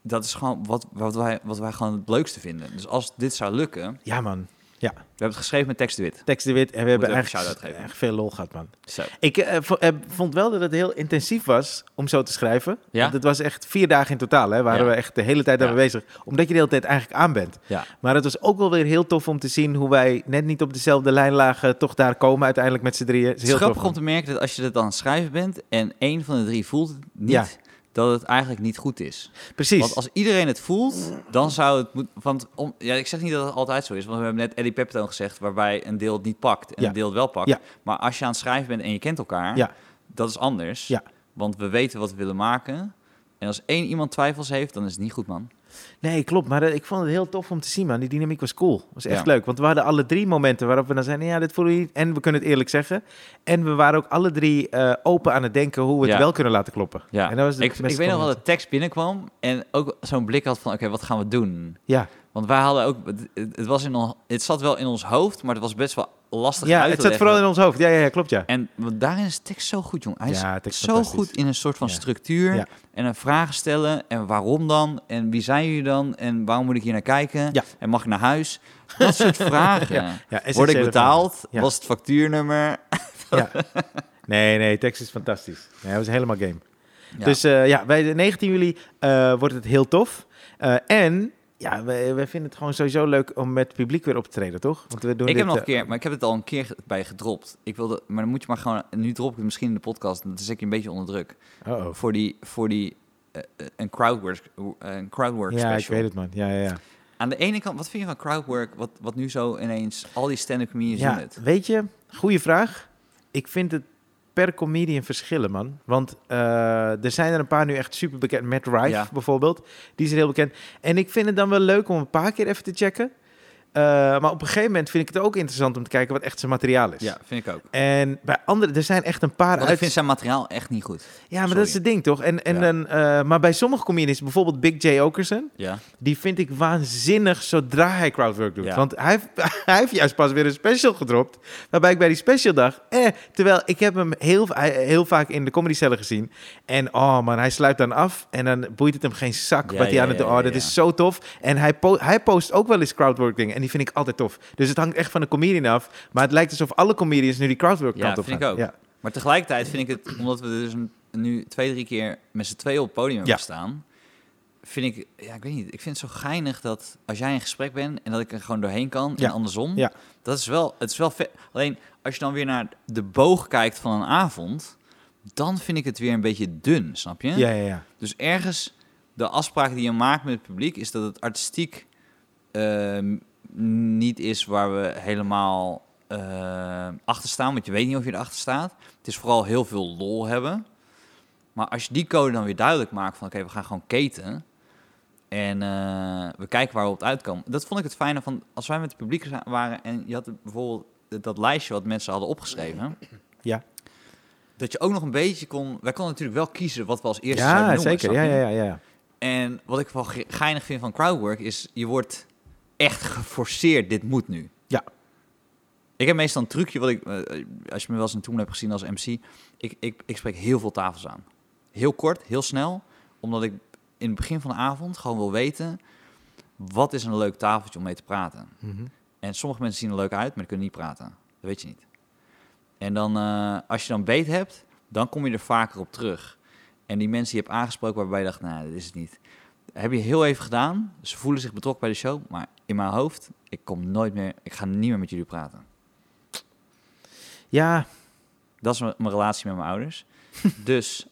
A: Dat is gewoon wat, wat, wij, wat wij gewoon het leukste vinden. Dus als dit zou lukken...
B: Ja, man.
A: We hebben het geschreven met tekst wit.
B: Tekst de Wit. En we hebben
A: even een
B: eigenlijk
A: shout-out geven.
B: echt veel lol gehad, man.
A: Zo.
B: Ik eh, vo- eh, vond wel dat het heel intensief was om zo te schrijven.
A: Ja?
B: Want het was echt vier dagen in totaal. Hè, waren
A: Ja.
B: we echt de hele tijd daarmee bezig. Omdat je de hele tijd eigenlijk aan bent.
A: Ja.
B: Maar het was ook wel weer heel tof om te zien hoe wij net niet op dezelfde lijn lagen. Toch daar komen uiteindelijk met z'n drieën. Het is
A: Het
B: heel
A: is grappig
B: tof,
A: om te merken dat als je dat dan aan het schrijven bent... en één van de drie voelt het niet...
B: Ja.
A: dat het eigenlijk niet goed is.
B: man. Precies.
A: Want als iedereen het voelt, dan zou het moet- Want om, ja, ik zeg niet dat het altijd zo is, want we hebben net Eddie Pepitone gezegd, waarbij een deel het niet pakt en
B: Ja.
A: een deel het wel pakt.
B: Ja.
A: Maar als je aan het schrijven bent en je kent elkaar,
B: Ja.
A: dat is anders.
B: Ja.
A: Want we weten wat we willen maken. En als één iemand twijfels heeft, dan is het niet goed, man.
B: Nee, klopt. Maar eh, ik vond het heel tof om te zien, man. Die dynamiek was cool. Was echt
A: Ja.
B: leuk. Want we hadden alle drie momenten waarop we dan zeiden... ja, dit voelen we niet. En we kunnen het eerlijk zeggen. En we waren ook alle drie eh, open aan het denken... hoe we het
A: Ja.
B: wel kunnen laten kloppen.
A: Ja.
B: En dat was de
A: ik,
B: beste
A: ik weet nog wel
B: combinatie.
A: dat de tekst binnenkwam en ook zo'n blik had van, oké, wat gaan we doen?
B: Ja,
A: Want wij hadden ook, het, het was in on- het zat wel in ons hoofd, maar het was best wel lastig
B: ja
A: uit te
B: het zat
A: leggen.
B: vooral in ons hoofd. Ja, ja, ja klopt, ja.
A: En want daarin is de tekst zo goed, jongen. Hij
B: Ja, het
A: is
B: is
A: zo
B: fantastisch.
A: goed in een soort van
B: Ja.
A: structuur.
B: Ja.
A: En een vraag stellen. En waarom dan? En wie zijn jullie dan? En waarom moet ik hier naar kijken?
B: Ja.
A: En mag ik naar huis? Dat soort vragen.
B: ja
A: Word ik
B: essentiële
A: betaald?
B: Ja.
A: Was het factuurnummer?
B: vragen. Ja. Nee, nee, tekst is fantastisch. Nee, hij was helemaal game.
A: Ja.
B: Dus eh, ja, bij de 19 juli eh, wordt het heel tof. Eh, en ja, wij, wij vinden het gewoon sowieso leuk om met het publiek weer op te treden, toch? Want we doen
A: ik
B: dit,
A: heb nog
B: eh,
A: een keer, maar ik heb het al een keer ge- bij gedropt. Ik wilde, maar dan moet je maar gewoon, nu drop ik het misschien in de podcast. Dan zit ik een beetje onder druk.
B: uh-oh.
A: Voor die, voor die, eh, eh, een crowdwork, eh, een crowdwork
B: Ja,
A: special.
B: ik weet het, man. Ja, ja, ja.
A: Aan de ene kant, wat vind je van crowdwork? Wat, wat nu zo ineens, al die stand-up comedians doen het.
B: Weet je, goede vraag. Ik vind het per comedian verschillen, man. Want eh, er zijn er een paar nu echt super bekend. Matt Rife
A: Ja.
B: bijvoorbeeld, die is heel bekend. En ik vind het dan wel leuk om een paar keer even te checken. Eh, maar op een gegeven moment vind ik het ook interessant om te kijken wat echt zijn materiaal is.
A: Ja, vind ik ook.
B: En bij anderen, er zijn echt een paar
A: Want
B: uit...
A: ik vind zijn materiaal echt niet goed.
B: Ja, maar dat
A: Sorry.
B: is het ding, toch? En, en
A: Ja.
B: dan, eh, maar bij sommige comedians, bijvoorbeeld Big J. Okerson...
A: Ja.
B: die vind ik waanzinnig zodra hij crowdwork doet.
A: Ja.
B: Want hij, heeft- hij heeft juist pas weer een special gedropt. Waarbij ik bij die special dacht... Eh, terwijl ik heb hem heel, va- heel vaak in de comedycellen gezien. En oh man, hij sluit dan af. En dan boeit het hem geen zak
A: Ja,
B: wat hij
A: ja,
B: aan het
A: ja,
B: doen...
A: ja,
B: Oh, dat
A: ja.
B: is zo tof. En hij, po- hij post ook wel eens crowdwork dingen. En die vind ik altijd tof. Dus het hangt echt van de comedian af. Maar het lijkt alsof alle comedians nu die crowdwork
A: Ja,
B: kant op
A: vind ik
B: gaan.
A: ook.
B: Ja,
A: Maar tegelijkertijd vind ik het, omdat we dus een- nu twee, drie keer met z'n tweeën op het podium hebben
B: Ja.
A: staan, vind ik, ja, ik weet niet, ik vind het zo geinig dat als jij in gesprek bent en dat ik er gewoon doorheen kan
B: Ja.
A: en andersom,
B: Ja.
A: dat is wel, het is wel vet. Alleen als je dan weer naar de boog kijkt van een avond, dan vind ik het weer een beetje dun, snap je?
B: ja, ja. ja.
A: Dus ergens de afspraak die je maakt met het publiek is dat het artistiek ehm, niet is waar we helemaal ehm, achter staan. Want je weet niet of je erachter staat. Het is vooral heel veel lol hebben. Maar als je die code dan weer duidelijk maakt van oké, we gaan gewoon keten. En eh, we kijken waar we op uitkomen. Dat vond ik het fijne van als wij met het publiek za- waren en je had bijvoorbeeld dat lijstje wat mensen hadden opgeschreven.
B: Ja.
A: Dat je ook nog een beetje kon. Wij konden natuurlijk wel kiezen wat we als eerste
B: Ja,
A: zouden noemen.
B: zeker.
A: snap
B: Ja,
A: je?
B: ja, ja, ja.
A: En wat ik wel ge- geinig vind van crowdwork is, je wordt echt geforceerd, dit moet nu.
B: Ja.
A: Ik heb meestal een trucje, wat ik, eh, als je me wel eens in toen hebt gezien als MC, ik, ik, ik spreek heel veel tafels aan. Heel kort, heel snel, omdat ik in het begin van de avond gewoon wil weten, wat is een leuk tafeltje om mee te praten?
B: Mhm.
A: En sommige mensen zien er leuk uit, maar die kunnen niet praten. Dat weet je niet. En dan, eh, als je dan beet hebt, dan kom je er vaker op terug. En die mensen die je hebt aangesproken waarbij je dacht, nou, dit is het niet. Heb je heel even gedaan. Ze voelen zich betrokken bij de show. Maar in mijn hoofd, ik kom nooit meer, ik ga niet meer met jullie praten.
B: Ja,
A: Dat is mijn mijn relatie met mijn ouders. dus,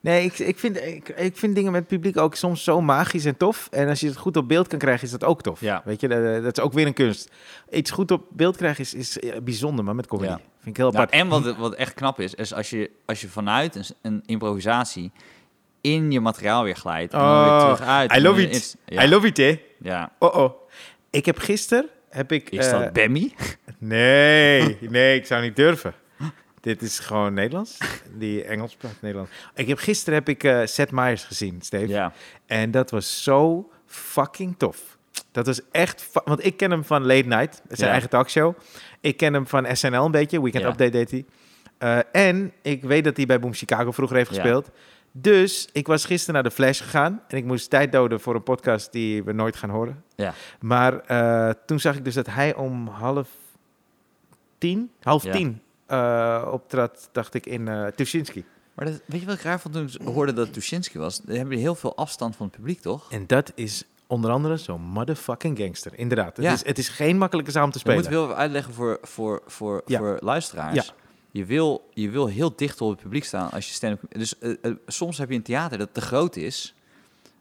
B: Nee, ik, ik, vind, ik, ik vind dingen met het publiek ook soms zo magisch en tof. En als je het goed op beeld kan krijgen, is dat ook tof.
A: Ja.
B: Weet je, dat, dat is ook weer een kunst. Iets goed op beeld krijgen is, is eh, bijzonder, maar met comedy.
A: Ja.
B: Vind ik heel
A: nou,
B: apart.
A: en wat, wat echt knap is, is als je, als je vanuit een, s- een improvisatie in je materiaal weer glijdt. En dan weer
B: Oh,
A: terug uit.
B: I
A: en
B: love
A: dan
B: it.
A: is- Ja,
B: I love it, hè?
A: ja.
B: Oh-oh. Ik heb gisteren... Heb ik,
A: Is
B: eh,
A: dat Bemmy?
B: Nee, nee, ik zou niet durven. Dit is gewoon Nederlands. Die Engels praat Nederlands. Ik heb, gisteren heb ik eh Seth Meyers gezien, Steve.
A: Ja.
B: En dat was zo fucking tof. Dat was echt... fa- Want ik ken hem van Late Night, zijn
A: Ja.
B: eigen talkshow. Ik ken hem van SNL een beetje, Weekend
A: Ja.
B: Update deed hij. Eh, en ik weet dat hij bij Boom Chicago vroeger heeft
A: Ja.
B: gespeeld. Dus ik was gisteren naar de Flash gegaan. En ik moest tijd doden voor een podcast die we nooit gaan horen.
A: Ja.
B: Maar eh, toen zag ik dus dat hij om half tien, half
A: Ja.
B: tien, eh, optrad, dacht ik, in eh Tuschinski.
A: Maar dat, weet je wat ik raar vond toen ik hoorde dat het Tuschinski was? Dan heb je heel veel afstand van het publiek, toch?
B: En dat is onder andere zo'n motherfucking gangster. Inderdaad.
A: Ja.
B: Het, is, het is geen makkelijke zaal om te
A: Je
B: spelen.
A: moet wel even uitleggen voor, voor, voor,
B: Ja.
A: voor luisteraars.
B: Ja.
A: Je, wil, je wil heel dicht op het publiek staan als je stand-up... Dus eh, eh, soms heb je een theater dat te groot is.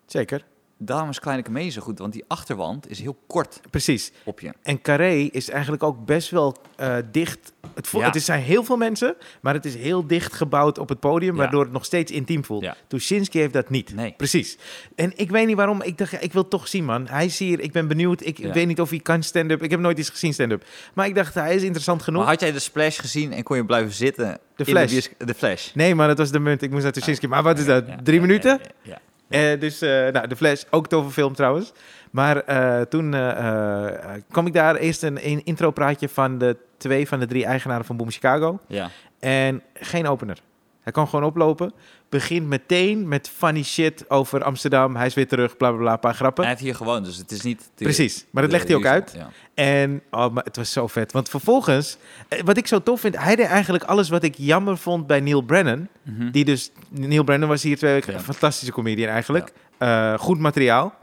B: Zeker.
A: Daarom is Kleine Comedie zo goed, want die achterwand is heel kort
B: Precies.
A: op je.
B: En Carré is eigenlijk ook best wel eh, dicht. Het, voelt,
A: Ja.
B: het is- zijn heel veel mensen, maar het is heel dicht gebouwd op het podium,
A: Ja.
B: waardoor het nog steeds intiem voelt.
A: Ja.
B: Tuschinski heeft dat niet.
A: Nee.
B: Precies. En ik weet niet waarom. Ik dacht, ja, ik wil het toch zien, man. Hij is hier. Ik ben benieuwd. Ik
A: Ja.
B: weet niet of hij kan stand-up. Ik heb nooit iets gezien stand-up. Maar ik dacht, hij is interessant genoeg.
A: Maar had jij de Splash gezien en kon je blijven zitten? in
B: Flash.
A: De, bios- de Flash.
B: Nee, maar dat was de munt. Ik moest naar Tuschinski. Maar wat is dat?
A: Ah, Ja,
B: Drie
A: ja,
B: minuten?
A: ja, ja, ja.
B: Eh, dus eh, nou, de Flash, ook toffe film trouwens. Maar eh, toen eh, eh, kwam ik daar eerst een, een intropraatje van de twee van de drie eigenaren van Boom Chicago.
A: Ja.
B: En geen opener. Hij kan gewoon oplopen. Begint meteen met funny shit over Amsterdam. Hij is weer terug, bla bla bla, een paar grappen.
A: Hij heeft hier gewoond, dus het is niet... de-
B: Precies, maar dat
A: de
B: legt hij ook
A: usual,
B: uit.
A: ja.
B: En oh, maar het was zo vet. Want vervolgens, eh, wat ik zo tof vind, hij deed eigenlijk alles wat ik jammer vond bij Neil Brennan.
A: Mhm.
B: Die dus, Neil Brennan was hier twee weken,
A: Ja.
B: een fantastische comedian eigenlijk. Eh, goed materiaal.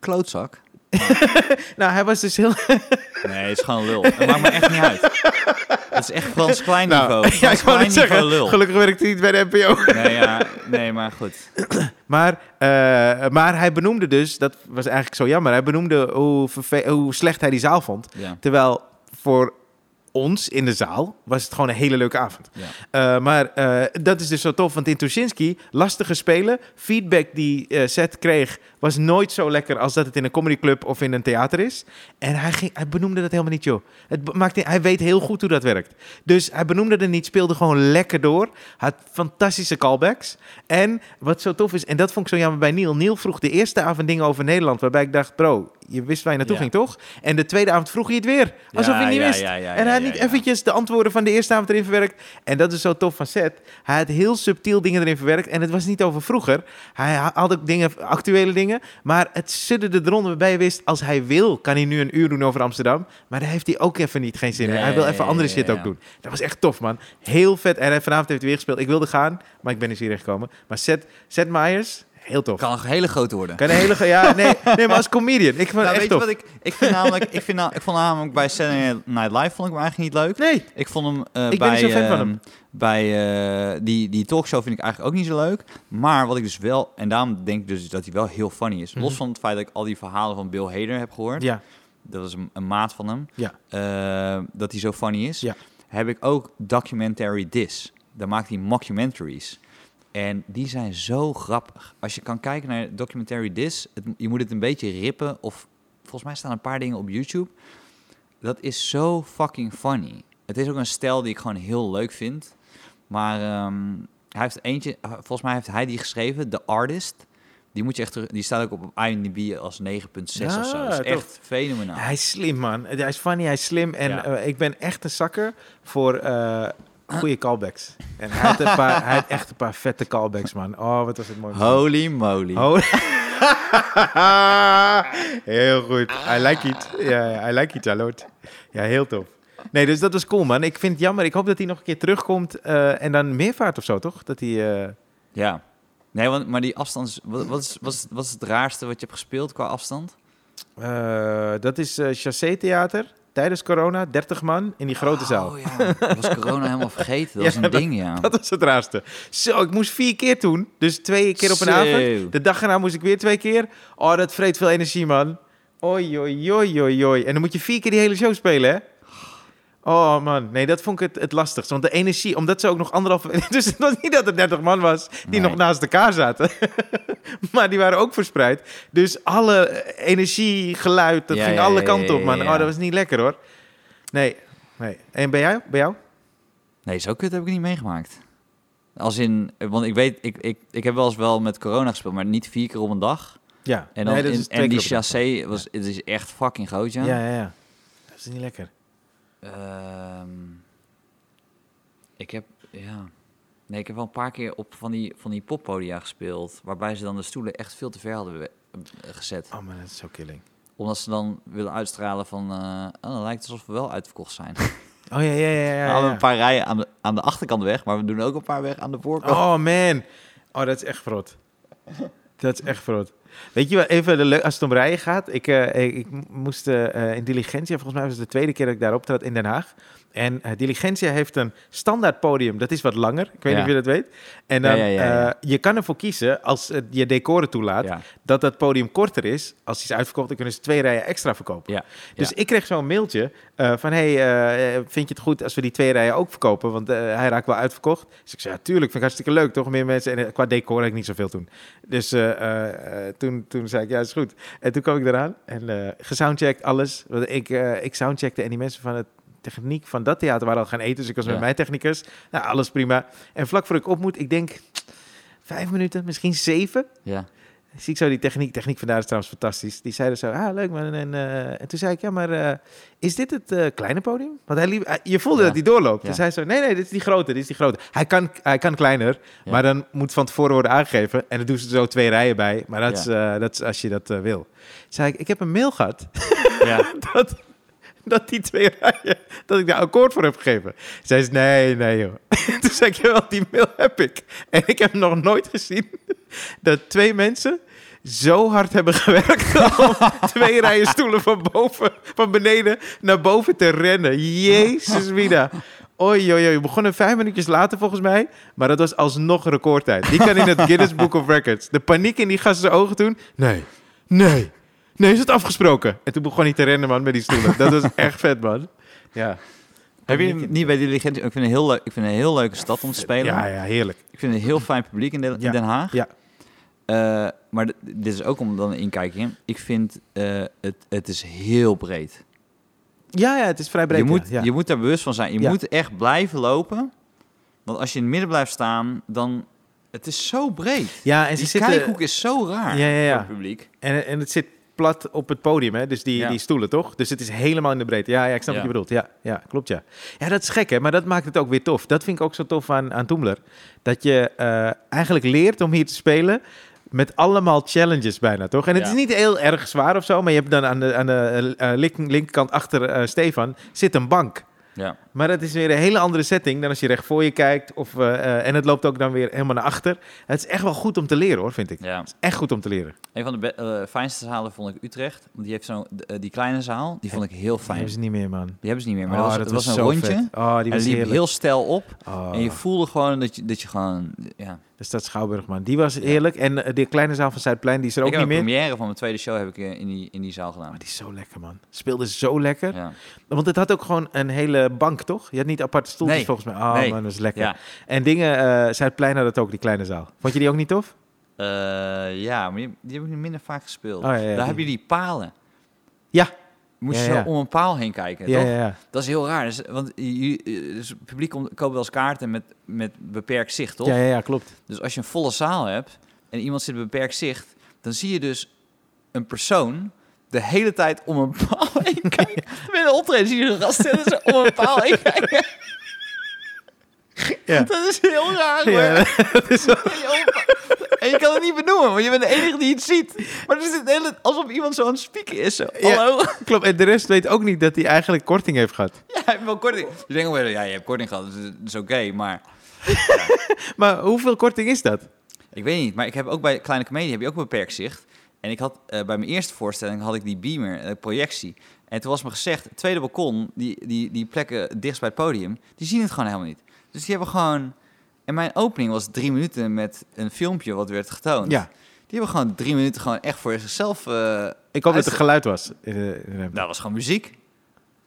A: Klootzak.
B: Nou, hij was dus heel...
A: Nee, het is gewoon lul. Het maakt me echt niet uit. Het is echt Frans Klein
B: Nou,
A: niveau. Frans
B: ja, ik wou
A: Klein
B: niet zeggen,
A: niveau lul.
B: gelukkig werkte hij niet bij de NPO.
A: Nee, ja, nee, maar goed.
B: Maar, eh, maar hij benoemde dus, dat was eigenlijk zo jammer, hij benoemde hoe, verve- hoe slecht hij die zaal vond.
A: Ja.
B: Terwijl voor ons in de zaal was het gewoon een hele leuke avond.
A: Ja.
B: Eh, maar eh, dat is dus zo tof, want in Tuschinski, lastige spelen. Feedback die eh Seth kreeg was nooit zo lekker als dat het in een comedyclub of in een theater is. En hij, ging, hij benoemde dat helemaal niet, joh. Het be- maakte, hij weet heel goed hoe dat werkt. Dus hij benoemde het niet, speelde gewoon lekker door. Had fantastische callbacks. En wat zo tof is, en dat vond ik zo jammer bij Neil. Neil vroeg de eerste avond dingen over Nederland, waarbij ik dacht, bro, je wist waar je naartoe
A: Ja.
B: ging, toch? En de tweede avond vroeg hij het weer, alsof
A: Ja,
B: hij niet
A: ja,
B: wist.
A: ja, ja,
B: en hij had
A: ja,
B: niet
A: ja.
B: eventjes de antwoorden van de eerste avond erin verwerkt. En dat is zo tof van Seth. Hij had heel subtiel dingen erin verwerkt. En het was niet over vroeger. Hij ha- had ook dingen, actuele dingen. Maar het sudderde eronder waarbij je wist... als hij wil, kan hij nu een uur doen over Amsterdam. Maar daar heeft hij ook even niet geen zin in.
A: Nee,
B: Hij wil even
A: ja,
B: andere
A: ja,
B: shit
A: ja.
B: ook doen. Dat was echt tof, man. Heel vet. En hij- vanavond heeft hij weer gespeeld. Ik wilde gaan, maar ik ben dus hierheen gekomen. Maar Seth, Seth Meyers, heel tof. Kan,
A: Kan een hele grote worden.
B: een hele... ge- Ja, nee, nee, maar als comedian. Ik vond het
A: Nou,
B: echt
A: weet je
B: tof.
A: wat ik... Ik, vind namelijk, ik, vind nou, ik vond namelijk bij Saturday Night Live vond ik hem eigenlijk niet leuk.
B: Nee,
A: Ik vond hem eh,
B: Ik ben
A: bij,
B: niet zo'n fan van
A: ehm, bij eh, die, die talkshow vind ik eigenlijk ook niet zo leuk. Maar wat ik dus wel, en daarom denk ik dus dat hij wel heel funny is. Los
B: Mhm.
A: van het feit dat ik al die verhalen van Bill Hader heb gehoord.
B: ja,
A: Dat is een, een maat van hem.
B: Ja.
A: eh, dat hij zo funny is.
B: Ja.
A: Heb ik ook Documentary This. Daar maakt hij mockumentaries. En die zijn zo grappig. Als je kan kijken naar Documentary This, het- je moet het een beetje rippen. Of volgens mij staan een paar dingen op YouTube. Dat is zo fucking funny. Het is ook een stijl die ik gewoon heel leuk vind. Maar ehm, hij heeft eentje, eh, volgens mij heeft hij die geschreven, The Artist. Die, moet je echt, terug- die staat ook op IMDb als 9.6 of zo.
B: Ja,
A: Dat is
B: tof.
A: echt fenomenaal.
B: Nou. Hij is slim, man. Hij is funny, hij is slim. En
A: Ja.
B: eh, ik ben echt een zakker voor eh goede callbacks. En hij had, een paar, hij had echt een paar vette callbacks, man. Oh, wat was het mooi.
A: Holy moly.
B: Oh. heel goed. I like it. Ja, I like it a lot. Ja, heel tof. Nee, dus dat was cool, man. Ik vind het jammer. Ik hoop dat hij nog een keer terugkomt eh, en dan meer vaart of zo, toch? Dat hij... eh,
A: Ja. Nee, want, maar die afstand is... Wat, wat, is, wat, is, wat is het raarste wat je hebt gespeeld qua afstand?
B: eh, dat is eh Chassé Theater. Tijdens corona, 30 man in die grote zaal.
A: Oh ja, dat was corona helemaal vergeten. Dat
B: Ja,
A: was een
B: dat-
A: ding, ja.
B: Dat was het raarste. Zo, ik moest vier keer toen. Dus twee keer op een
A: Zo.
B: avond. De dag erna moest ik weer twee keer. Oh, dat vreet veel energie, man. Oi, oi, oi, oi, oi. En dan moet je vier keer die hele show spelen, hè? Oh man, nee, dat vond ik het, het lastigst. Want de energie, omdat ze ook nog anderhalf... Dus het was niet dat er 30 man was die
A: Nee.
B: nog naast elkaar zaten. maar die waren ook verspreid. Dus alle eh, energie, geluid, dat
A: Ja,
B: ging
A: ja,
B: alle
A: ja,
B: kanten
A: ja,
B: op, man.
A: ja,
B: Oh,
A: ja.
B: dat was niet lekker, hoor. Nee, nee. En bij jou? Bij jou?
A: Nee, zo kut heb ik niet meegemaakt. Als in... Want ik weet... Ik, ik, ik heb wel eens wel met corona gespeeld, maar niet vier keer op een dag.
B: Ja.
A: En, dan
B: nee, dat
A: in-
B: is dus twee
A: en die
B: keer op-
A: chassé was... Het is echt fucking groot, ja.
B: Ja, ja, ja. Dat is niet lekker.
A: Ehm, Ik heb, ja... Nee, ik heb wel een paar keer op van die, van die poppodia gespeeld... waarbij ze dan de stoelen echt veel te ver hadden we- eh, gezet.
B: Oh, maar dat is zo killing.
A: Omdat ze dan willen uitstralen van... eh oh, dan lijkt het alsof we wel uitverkocht zijn.
B: Oh, ja, ja, ja. ja,
A: we
B: ja.
A: halen een paar rijen aan de, aan de achterkant weg... maar we doen ook een paar weg aan de voorkant.
B: Oh man. Oh, dat is echt verrot. Dat is echt verrot. Weet je wel, even de leu- als het om rijden gaat. Ik, eh, ik, ik moest eh eh, in Diligentia, volgens mij was het de tweede keer dat ik daar optrad in Den Haag. En eh, Diligentia heeft een standaard podium. Dat is wat langer. Ik weet
A: Ja.
B: niet of je dat weet. En
A: Ja,
B: dan,
A: ja, ja, ja.
B: eh, je kan ervoor kiezen, als het je decoren toelaat,
A: Ja.
B: dat dat podium korter is. Als die is uitverkocht, dan kunnen ze twee rijen extra verkopen.
A: Ja,
B: dus
A: ja.
B: ik kreeg zo'n mailtje eh, van... hey, eh, eh, vind je het goed als we die twee rijen ook verkopen? Want eh, hij raakt wel uitverkocht. Dus ik zei, ja, tuurlijk, vind ik hartstikke leuk, toch? Meer mensen. En eh, qua decor had ik niet zoveel toen. Dus eh, eh, eh, toen, toen zei ik, ja, is goed. En toen kwam ik eraan en eh gesoundcheckt alles. Want ik, eh, ik soundcheckte en die mensen van het techniek van dat theater waren al gaan eten. Dus ik was
A: Ja.
B: met mijn technicus. Nou, alles prima. En vlak voor ik op moet, ik denk... Vijf minuten, misschien zeven,
A: Ja.
B: zie ik zo die techniek. Techniek vandaar is trouwens fantastisch. Die zeiden zo, ah, leuk man. En, eh, en toen zei ik, ja, maar eh, is dit het eh, kleine podium? Want hij liep, hij- je voelde
A: Ja.
B: dat hij doorloopt.
A: Ja.
B: Dus hij zo, nee, nee, dit is die grote, dit is die grote. Hij kan, hij kan kleiner,
A: Ja.
B: maar dan moet van tevoren worden aangegeven. En dan doen ze er zo twee rijen bij. Maar dat,
A: Ja.
B: is, eh, dat is als je dat eh, wil. Toen zei ik, ik heb een mail gehad
A: ja.
B: dat, dat die twee rijen, dat ik daar akkoord voor heb gegeven. Zij zei, nee, nee joh. Toen zei ik, jawel, die mail heb ik. En ik heb nog nooit gezien dat twee mensen zo hard hebben gewerkt om twee rijen stoelen van, boven, van beneden naar boven te rennen. Jezus, Mina. Oei, oei, oei. We begonnen vijf minuutjes later volgens mij. Maar dat was alsnog recordtijd. Die kan in het Guinness Book of Records. De paniek in die gasten ogen toen. Nee, nee, nee, is het afgesproken? En toen begon hij te rennen, man, met die stoelen. Dat was echt vet, man. Ja,
A: Heb je niet bij Diligentie? Ik vind het heel leuk. Ik vind het een heel leuke stad om te spelen.
B: ja, ja heerlijk.
A: Ik vind het een heel fijn publiek in, Den- in
B: Ja,
A: Den Haag.
B: ja.
A: Eh, maar d- dit is ook om dan een inkijkje. Ik vind eh, het, het is heel breed.
B: Ja, ja, het is vrij breed.
A: je, moet,
B: ja, ja.
A: je moet daar bewust van zijn. Je
B: Ja.
A: moet echt blijven lopen. Want als je in het midden blijft staan, dan... Het is zo breed.
B: Ja, en
A: Die
B: ze zitten...
A: kijkhoek is zo raar
B: Ja, ja, ja.
A: voor het publiek.
B: En, en het zit plat op het podium, hè? Dus die,
A: Ja.
B: die stoelen, toch? Dus het is helemaal in de breedte. Ja, ja ik snap
A: Ja.
B: wat je bedoelt. Ja, ja, klopt, ja. Ja, dat is gek, hè? Maar dat maakt het ook weer tof. Dat vind ik ook zo tof aan, aan Toemler. Dat je eh, eigenlijk leert om hier te spelen met allemaal challenges bijna, toch? En het
A: Ja.
B: is niet heel erg zwaar of zo, maar je hebt dan aan de, aan de eh, link- linkerkant achter eh, Stefan zit een bank.
A: Ja.
B: Maar dat is weer een hele andere setting dan als je recht voor je kijkt. Of, eh, eh, en het loopt ook dan weer helemaal naar achter. Het is echt wel goed om te leren, hoor, vind ik.
A: ja.
B: Echt goed om te leren.
A: Een van de be- eh, fijnste zalen vond ik Utrecht. Want die heeft zo'n... d- eh, die kleine zaal, die vond ik heel
B: Dat
A: fijn.
B: hebben
A: Die
B: ze niet meer, man.
A: hebben ze niet meer. Maar
B: Oh,
A: dat was, het was een
B: zo
A: rondje.
B: vet. Oh, die
A: en
B: was
A: die liep
B: heerlijk.
A: heel stijl op.
B: Oh,
A: En je voelde gewoon dat je, dat je gewoon... Ja.
B: De Stad Schouwburg, man. Die was heerlijk. En eh, de kleine zaal van Zuidplein, die is er ook
A: ik heb
B: niet
A: de
B: meer.
A: première van mijn tweede show heb ik eh, in die, in die zaal gedaan.
B: Maar die is zo lekker, man. Speelde zo lekker.
A: Ja.
B: Want het had ook gewoon een hele bank, toch? Je had niet aparte stoeltjes,
A: Nee.
B: volgens mij. Oh,
A: Nee.
B: man, dat is lekker.
A: Ja.
B: En dingen, eh Zuidplein had het ook, die kleine zaal. Vond je die ook niet tof?
A: Eh, ja, maar die, die heb ik nu minder vaak gespeeld.
B: Oh, ja, ja,
A: Daar
B: die-
A: heb je die palen.
B: Ja.
A: Moet
B: Ja,
A: je zo
B: ja.
A: om een paal heen kijken,
B: Ja,
A: toch?
B: ja, ja.
A: Dat is heel raar. Dus, want je, je- dus het publiek komt- koopt wel eens kaarten met, met beperkt zicht, toch?
B: Ja, ja, ja, klopt.
A: Dus als je een volle zaal hebt en iemand zit met beperkt zicht... dan zie je dus een persoon de hele tijd om een paal heen kijken. Met een optreden zie je een gast zitten en ze om een paal heen kijken.
B: Ja.
A: Dat is heel raar, hoor.
B: Ja,
A: En je- En je kan het niet benoemen, want je bent de enige die het ziet. Maar het is het hele, alsof iemand zo aan het spieken is. Zo.
B: Ja.
A: Hallo?
B: klopt. En de rest weet ook niet dat hij eigenlijk korting heeft gehad.
A: Ja, hij heeft wel korting. Je denkt wel, ja, je hebt korting gehad, dus het is oké. maar
B: Maar hoeveel korting is dat?
A: ik weet niet. Maar ik heb ook bij Kleine Comedie heb je ook een beperkt zicht. En ik had eh, bij mijn eerste voorstelling had ik die beamer, eh, projectie. En toen was me gezegd, het tweede balkon, die, die, die plekken dichtst bij het podium, die zien het gewoon helemaal niet. Dus die hebben gewoon... En mijn opening was drie minuten met een filmpje wat werd getoond.
B: Ja.
A: Die hebben gewoon drie minuten gewoon echt voor zichzelf... eh,
B: Ik hoop dat
A: Uitst-
B: er geluid was. Eh, in de- in de ruimte.
A: Dat was gewoon muziek.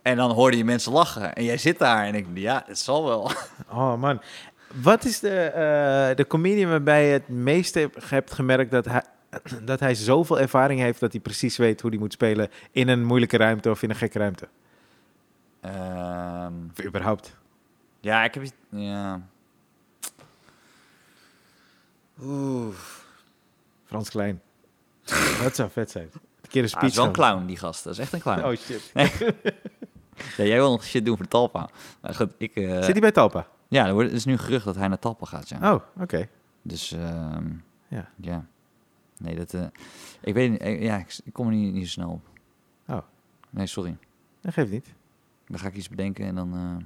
A: En dan hoorde je mensen lachen. En jij zit daar en ik, ja, het zal wel.
B: Oh man. Wat is de, eh de comedian waarbij je het meeste heb- hebt gemerkt dat hij, dat hij zoveel ervaring heeft dat hij precies weet hoe hij moet spelen in een moeilijke ruimte of in een gekke ruimte?
A: Ehm,
B: Of überhaupt?
A: ja, ik heb... iets- Ja. Oeh.
B: Frans Klein. dat zou vet zijn. Een keer een
A: Ah, het
B: speech.
A: is wel een
B: doen.
A: clown, die gast. Dat is echt een clown.
B: Oh shit.
A: Ja, jij wil nog shit doen voor Talpa. Maar goed, ik... eh,
B: Zit hij bij Talpa?
A: Ja, er wordt- er is nu gerucht dat hij naar Talpa gaat, ja.
B: Oh, oké.
A: Dus ehm,
B: Ja.
A: ja. Nee, dat... eh, ik weet niet, eh, ja, ik, ik kom er niet, niet zo snel op.
B: Oh.
A: Nee, sorry.
B: Dat geeft niet.
A: Dan ga ik iets bedenken en dan... eh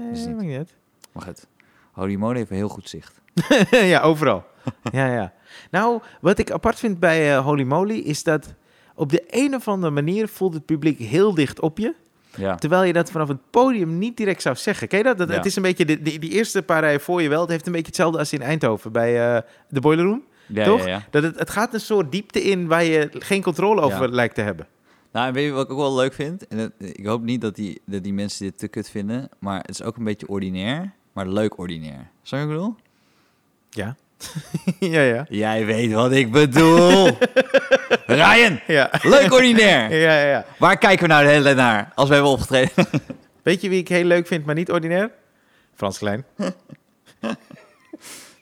B: Nee,
A: Is
B: dat
A: niet.
B: maakt niet uit.
A: mag het. Holy Mode heeft een heel goed zicht.
B: ja, overal. ja, ja. Nou, wat ik apart vind bij eh, Holy Moly is dat op de een of andere manier voelt het publiek heel dicht op je.
A: Ja.
B: Terwijl je dat vanaf het podium niet direct zou zeggen. Ken je dat? dat
A: Ja.
B: Het is een beetje, de, die, die eerste paar rijen voor je wel, het heeft een beetje hetzelfde als in Eindhoven bij eh de Boiler Room.
A: Ja,
B: Toch?
A: Ja, ja.
B: Dat het, het gaat een soort diepte in waar je geen controle over
A: Ja.
B: lijkt te hebben.
A: Nou, en weet je wat ik ook wel leuk vind? En dat- ik hoop niet dat die, dat die mensen dit te kut vinden, maar het is ook een beetje ordinair, maar leuk ordinair. Snap je wat ik bedoel?
B: Ja. ja, ja.
A: Jij weet wat ik bedoel. Ryan,
B: Ja.
A: leuk
B: Ja,
A: ordinair.
B: ja, ja.
A: Waar kijken we nou de hele tijd naar als we hebben opgetreden?
B: Weet je wie ik heel leuk vind, maar niet ordinair? Frans Klein.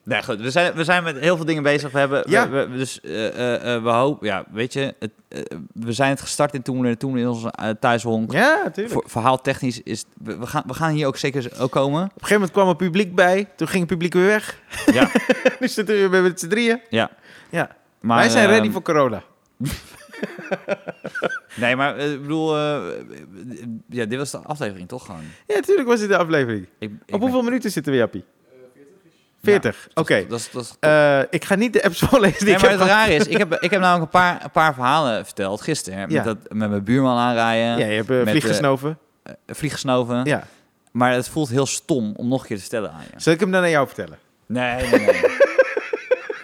A: Nee, goed. We zijn, we zijn met heel veel dingen bezig. We hebben,
B: Ja.
A: we, we- dus eh, eh, eh, we hopen, ja, weet je, het, eh, we zijn het gestart in Toen toen in onze eh, thuishonk.
B: Ja, natuurlijk.
A: Voor- verhaaltechnisch is, het- we, we gaan, we gaan hier ook zeker ook komen.
B: Op een gegeven moment kwam er publiek bij. Toen ging het publiek weer weg.
A: Ja,
B: nu zitten we weer met z'n drieën.
A: ja.
B: Ja.
A: Maar,
B: Wij zijn
A: ehm,
B: ready voor corona.
A: Nee, maar eh, ik bedoel, eh, ja, dit was de aflevering toch gewoon.
B: Ja, natuurlijk was dit de aflevering.
A: Ik, ik
B: Op hoeveel minuten zitten we, Jappie? 40. Oké.
A: ben- Dat is, dat is
B: Eh, ik ga niet de apps voorlezen die
A: Nee,
B: ik
A: maar
B: heb
A: het
B: gehad.
A: raar is, ik heb, ik heb namelijk een paar, een paar verhalen verteld gisteren. hè, Met,
B: Ja.
A: dat, met mijn buurman aanrijden,
B: Ja, je hebt eh,
A: Met,
B: vlieg
A: eh,
B: gesnoven.
A: eh, vlieggesnoven.
B: ja.
A: Maar het voelt heel stom om nog een keer te stellen aan je.
B: Zal ik hem dan aan jou vertellen?
A: Nee, nee, nee.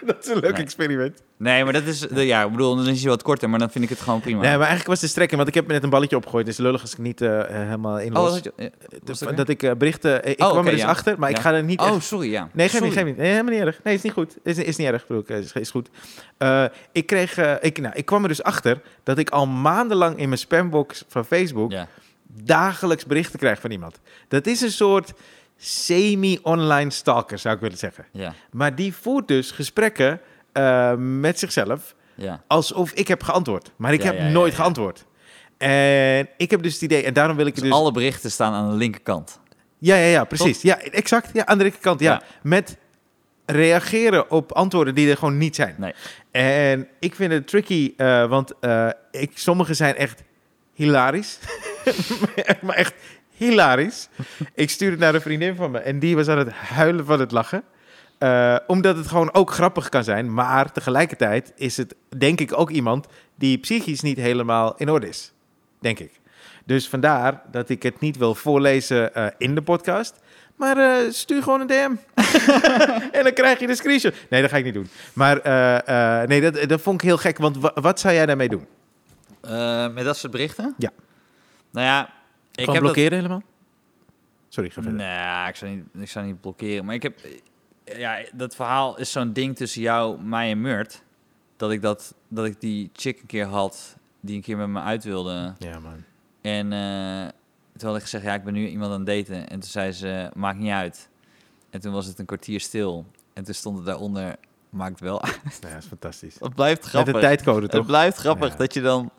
B: Dat is een leuk
A: Nee.
B: experiment.
A: nee maar dat is... de- ja, ik bedoel, dan is hij wat korter, maar dan vind ik het gewoon prima.
B: Nee, maar eigenlijk was de strekking, want ik heb net een balletje opgegooid. Dus lullig als ik niet eh, eh, helemaal in
A: oh,
B: los.
A: was het- eh, was het
B: dat,
A: er?
B: ik eh, berichten... eh, ik
A: Oh,
B: kwam
A: oké,
B: er dus
A: ja.
B: achter, maar ik
A: Ja.
B: ga er niet echt
A: Oh, sorry, ja.
B: Nee, geef
A: Sorry.
B: niet, geef niet. Nee, helemaal niet erg. Nee, is niet goed. Is, is niet erg, bedoel ik. Is, is goed. Eh, ik, kreeg, eh, ik, nou, ik kwam er dus achter dat ik al maandenlang in mijn spambox van Facebook
A: Ja.
B: dagelijks berichten krijg van iemand. Dat is een soort semi-online stalker, zou ik willen zeggen.
A: Ja,
B: Maar die voert dus gesprekken eh, met zichzelf
A: ja.
B: alsof ik heb geantwoord. Maar ik
A: Ja,
B: heb
A: ja, ja,
B: nooit
A: ja.
B: geantwoord. En ik heb dus het idee, en daarom wil ik het
A: Dus
B: dus...
A: alle berichten staan aan de linkerkant.
B: Ja, ja, ja, precies. Ja, exact. Ja, aan de rechterkant. Ja.
A: Ja.
B: Met reageren op antwoorden die er gewoon niet zijn.
A: Nee.
B: En ik vind het tricky, eh, want eh, ik, sommige zijn echt hilarisch. maar echt hilarisch. Ik stuurde het naar een vriendin van me en die was aan het huilen van het lachen. Eh, omdat het gewoon ook grappig kan zijn, maar tegelijkertijd is het denk ik ook iemand die psychisch niet helemaal in orde is. Denk ik. Dus vandaar dat ik het niet wil voorlezen eh, in de podcast. Maar eh, stuur gewoon een DM. en dan krijg je de screenshot. Nee, dat ga ik niet doen. Maar eh, eh, nee, dat, dat vond ik heel gek. Want wa- wat zou jij daarmee doen?
A: Eh, met dat soort berichten?
B: Ja.
A: Nou ja, ik
B: Gewoon
A: heb dat-
B: blokkeren helemaal? Sorry, ga verder.
A: Nee, ik zou, niet, ik zou niet blokkeren. Maar ik heb... Ja, dat verhaal is zo'n ding tussen jou, mij en Murt. Dat ik, dat, dat ik die chick een keer had, die een keer met me uit wilde.
B: Ja, man.
A: En eh, toen had ik gezegd, ja, ik ben nu iemand aan het daten. En toen zei ze, maakt niet uit. En toen was het een kwartier stil. En toen stond het daaronder, maakt wel uit.
B: Ja, dat is fantastisch.
A: Het blijft grappig. Eh,
B: Met de tijdcode,
A: het
B: toch?
A: blijft grappig
B: Ja.
A: dat je dan,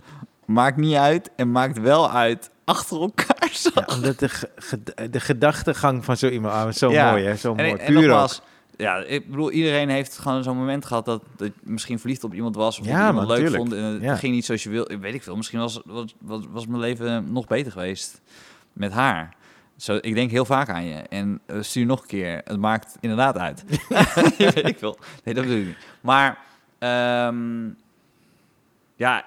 A: maakt niet uit en maakt wel uit, achter elkaar zat.
B: Ja, omdat de, ge- ge- de gedachtegang van zo iemand... ah, zo
A: Ja.
B: mooi, hè? Zo mooi.
A: En, en
B: Puur ook.
A: nogmaals, ja, ik bedoel, iedereen heeft gewoon zo'n moment gehad dat, dat je misschien verliefd op iemand was of
B: Ja,
A: dat je iemand
B: man,
A: leuk
B: tuurlijk.
A: vond en het
B: Ja.
A: eh, ging niet zoals je wilde. Weet ik veel, misschien was, was, was, was mijn leven nog beter geweest met haar. Zo, ik denk heel vaak aan je en eh, stuur nog een keer. Het maakt inderdaad uit. Weet ik veel. Nee, dat bedoel ik niet. Maar ehm, ja,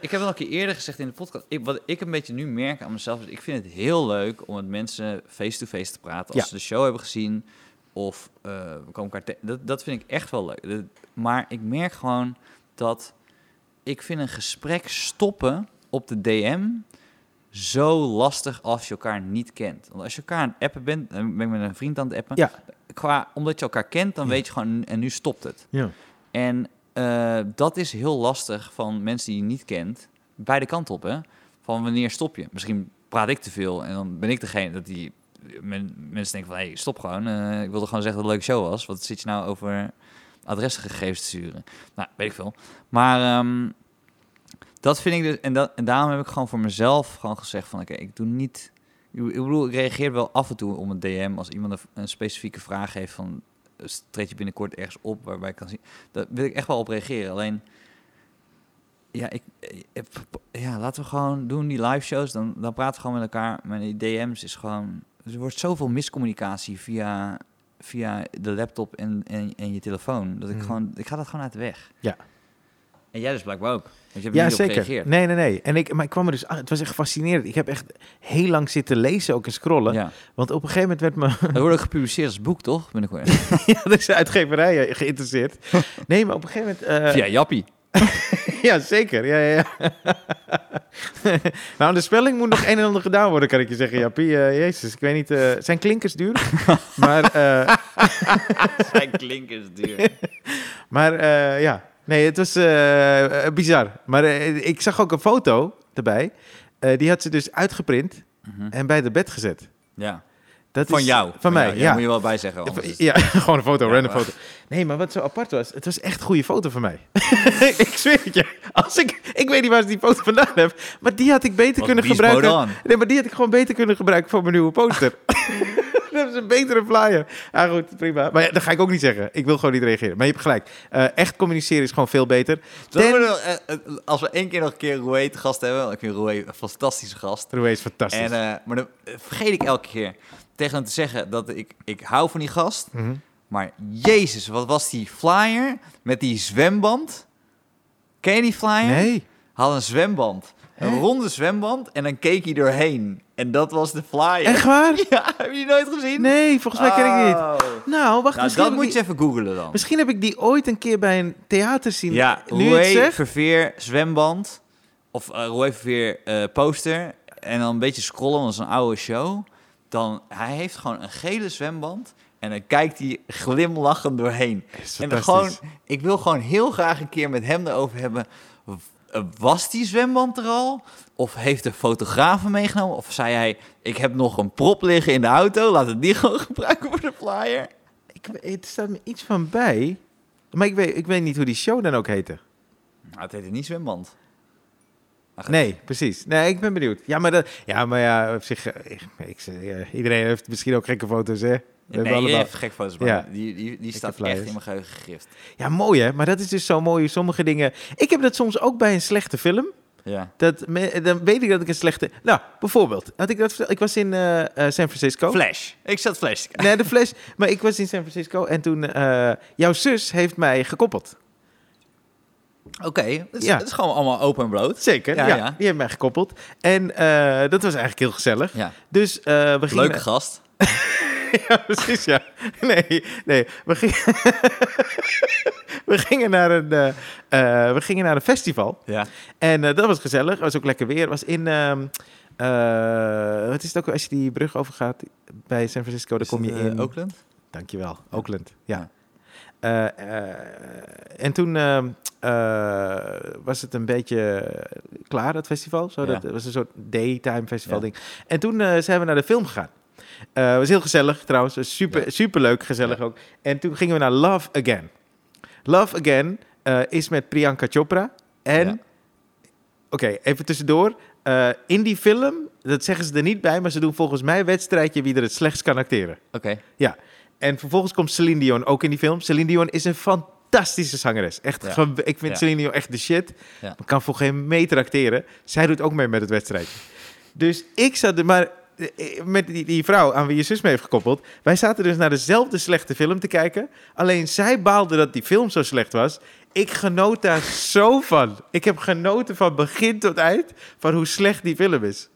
A: ik heb het al een keer eerder gezegd in de podcast. Ik, wat ik een beetje nu merk aan mezelf is, ik vind het heel leuk om met mensen face-to-face te praten. Als
B: Ja.
A: ze de show hebben gezien of eh, we komen elkaar tegen. Dat, dat vind ik echt wel leuk. Dat- maar ik merk gewoon dat ik vind een gesprek stoppen op de DM zo lastig als je elkaar niet kent. Want als je elkaar aan het appen bent, dan ben ik met een vriend aan het appen.
B: Ja.
A: Qua, omdat je elkaar kent, dan
B: Ja.
A: weet je gewoon, en nu stopt het.
B: Ja.
A: En eh, dat is heel lastig van mensen die je niet kent. Beide kanten op, hè? Van wanneer stop je? Misschien praat ik te veel en dan ben ik degene dat die... men- mensen denken van, hé, hey, stop gewoon. Eh, ik wilde gewoon zeggen dat het een leuke show was. Wat zit je nou over adresgegevens te sturen? Nou, weet ik veel. Maar ehm, dat vind ik dus... En, dat, en daarom heb ik gewoon voor mezelf gewoon gezegd van... Oké, ik doe niet... Ik ik bedoel, ik reageer wel af en toe om een DM als iemand een, een specifieke vraag heeft van eh, treed je binnenkort ergens op waarbij ik kan zien. Daar wil ik echt wel op reageren. Alleen, ja, ik, eh, ik- ja laten we gewoon doen die live shows. Dan, dan praten we gewoon met elkaar. Maar die DM's is gewoon. Er wordt zoveel miscommunicatie via, via de laptop en, en, en je telefoon. Dat ik
B: Mm.
A: gewoon. Ik ga dat gewoon uit de weg.
B: Ja.
A: En jij dus blijkbaar ook. Want je hebt er
B: Ja,
A: niet op
B: zeker.
A: gereageerd.
B: Nee, nee, nee. En ik, maar ik kwam er dus... ah, Het was echt fascinerend. Ik heb echt heel lang zitten lezen ook en scrollen.
A: Ja.
B: Want op een gegeven moment werd me
A: Dat wordt ook gepubliceerd als boek, toch? Binnenkort.
B: ja, er zijn uitgeverijen eh, geïnteresseerd. Nee, maar op een gegeven moment... eh,
A: Via Jappie.
B: Ja, zeker. Ja, ja, ja. nou, aan de spelling moet nog een en ander gedaan worden, kan ik je zeggen. Jappie, Eh, jezus, ik weet niet. eh, zijn klinkers duur? maar eh,
A: Zijn klinkers duur.
B: maar eh, ja, nee, het was eh, eh, bizar. Maar eh, ik zag ook een foto erbij. Eh, die had ze dus uitgeprint en bij de bed gezet.
A: Ja.
B: Dat
A: Mhm. Van
B: is-
A: jou.
B: Van mij,
A: jou,
B: ja.
A: Moet je wel bij zeggen. anders is-
B: Ja, gewoon een foto,
A: Ja,
B: random
A: maar-
B: foto. Nee, maar wat zo apart was, het was echt een goede foto van mij. ik zweer het je. Als ik, ik weet niet waar ze die foto vandaan hebben, maar die had ik beter
A: Wat
B: kunnen
A: bies
B: gebruiken.
A: bodan.
B: Nee, maar die had ik gewoon beter kunnen gebruiken voor mijn nieuwe poster. Dat is een betere flyer. Ah, goed, prima. Maar ja, dat ga ik ook niet zeggen. Ik wil gewoon niet reageren. Maar je hebt gelijk. Eh, echt communiceren is gewoon veel beter.
A: Zullen
B: Ten-
A: we nog, eh, eh, als we één keer nog een keer Roué te gast hebben, want ik vind Roué een fantastische gast.
B: Roué is fantastisch.
A: En, eh, maar dan eh, vergeet ik elke keer tegen hem te zeggen dat ik, ik hou van die gast.
B: Mhm.
A: Maar jezus, wat was die flyer met die zwemband? Ken je die flyer?
B: Nee.
A: Had een zwemband. Een ronde zwemband en dan keek hij doorheen. En dat was de flyer.
B: Echt waar?
A: Ja, heb je die nooit gezien?
B: Nee, volgens mij ken ik die niet.
A: Oh. Nou,
B: Nou, wacht. misschien,
A: dat
B: heb
A: moet
B: ik
A: je
B: die,
A: even googlen dan.
B: misschien heb ik die ooit een keer bij een theater zien.
A: Ja,
B: nu je het
A: Roué
B: zegt.
A: Verveer zwemband. Of uh, Roué Verveer eh, poster. En dan een beetje scrollen, want dat is een oude show. Dan, hij heeft gewoon een gele zwemband. En dan kijkt hij glimlachend doorheen.
B: Is
A: En dan gewoon,
B: fantastisch.
A: ik wil gewoon heel graag een keer met hem erover hebben. W- eh, Was die zwemband er al? Of heeft de fotograaf hem meegenomen? Of zei hij, ik heb nog een prop liggen in de auto. Laat het die gewoon gebruiken voor de flyer.
B: Ik, we- het staat me iets van bij. Maar ik weet, ik weet niet hoe die show dan ook heette.
A: Nou, het heette niet zwemband. Maar goed.
B: Nee, precies. Nee, ik ben benieuwd. Ja, maar, dat, ja, maar ja, op zich... eh, Ik, ik, eh, iedereen heeft misschien ook gekke foto's, hè? We
A: Ja,
B: hebben
A: nee, eh. je
B: allemaal-
A: hebt gek foto's, maar
B: Ja.
A: die, die, die staat
B: flyers.
A: echt in mijn geheugen gegrift.
B: Ja, mooi, hè? Maar dat is dus zo mooi. hoe Sommige dingen... Ik heb dat soms ook bij een slechte film.
A: Ja.
B: Dat me- dan weet ik dat ik een slechte... Nou, bijvoorbeeld. Had ik, dat, verteld? ik was in eh, eh, San Francisco.
A: Oh. Flash. Ik zat Flash. te kijken.
B: Nee, de fles. Maar ik was in San Francisco en toen... eh, jouw zus heeft mij gekoppeld.
A: Oké, het, is-
B: Ja.
A: het is gewoon allemaal open en bloot.
B: Zeker,
A: Ja,
B: ja.
A: ja.
B: Die heeft mij gekoppeld. En eh, dat was eigenlijk heel gezellig.
A: Ja.
B: Dus eh we gingen...
A: Leuke gast.
B: Ja, precies, ja. Nee, nee. We gingen, we gingen, naar, een, eh, eh, we gingen naar een festival.
A: Ja.
B: En eh, dat was gezellig. Het was ook lekker weer. Het was in... ehm, eh, wat is het ook als je die brug overgaat bij San Francisco? Dan
A: Is
B: kom je
A: het, eh,
B: in...
A: Oakland?
B: Dankjewel. Oakland, ja. Eh, eh, en toen ehm, eh, was het een beetje klaar, dat festival. Zo,
A: Ja.
B: Dat was een soort daytime festival
A: Ja.
B: ding. En toen eh, zijn we naar de film gegaan. Eh was heel gezellig trouwens. Was Super,
A: Ja.
B: Superleuk, gezellig ook. En toen gingen we naar Love Again. Love Again eh, is met Priyanka Chopra. En,
A: Ja.
B: oké, even tussendoor. Eh, in die film, dat zeggen ze er niet bij, maar ze doen volgens mij een wedstrijdje wie er het slechtst kan acteren.
A: Oké.
B: Ja, en vervolgens komt Celine Dion ook in die film. Celine Dion is een fantastische zangeres. Echt,
A: Ja.
B: gew- ik vind
A: Ja.
B: Celine Dion echt de shit.
A: Ja.
B: Kan voor geen meter acteren. Zij doet ook mee met het wedstrijdje. Dus ik zat er maar eh, met die, die vrouw aan wie je zus mee heeft gekoppeld. Wij zaten dus naar dezelfde slechte film te kijken. Alleen zij baalde dat die film zo slecht was. Ik genoot daar zo van. Ik heb genoten van begin tot eind van hoe slecht die film is.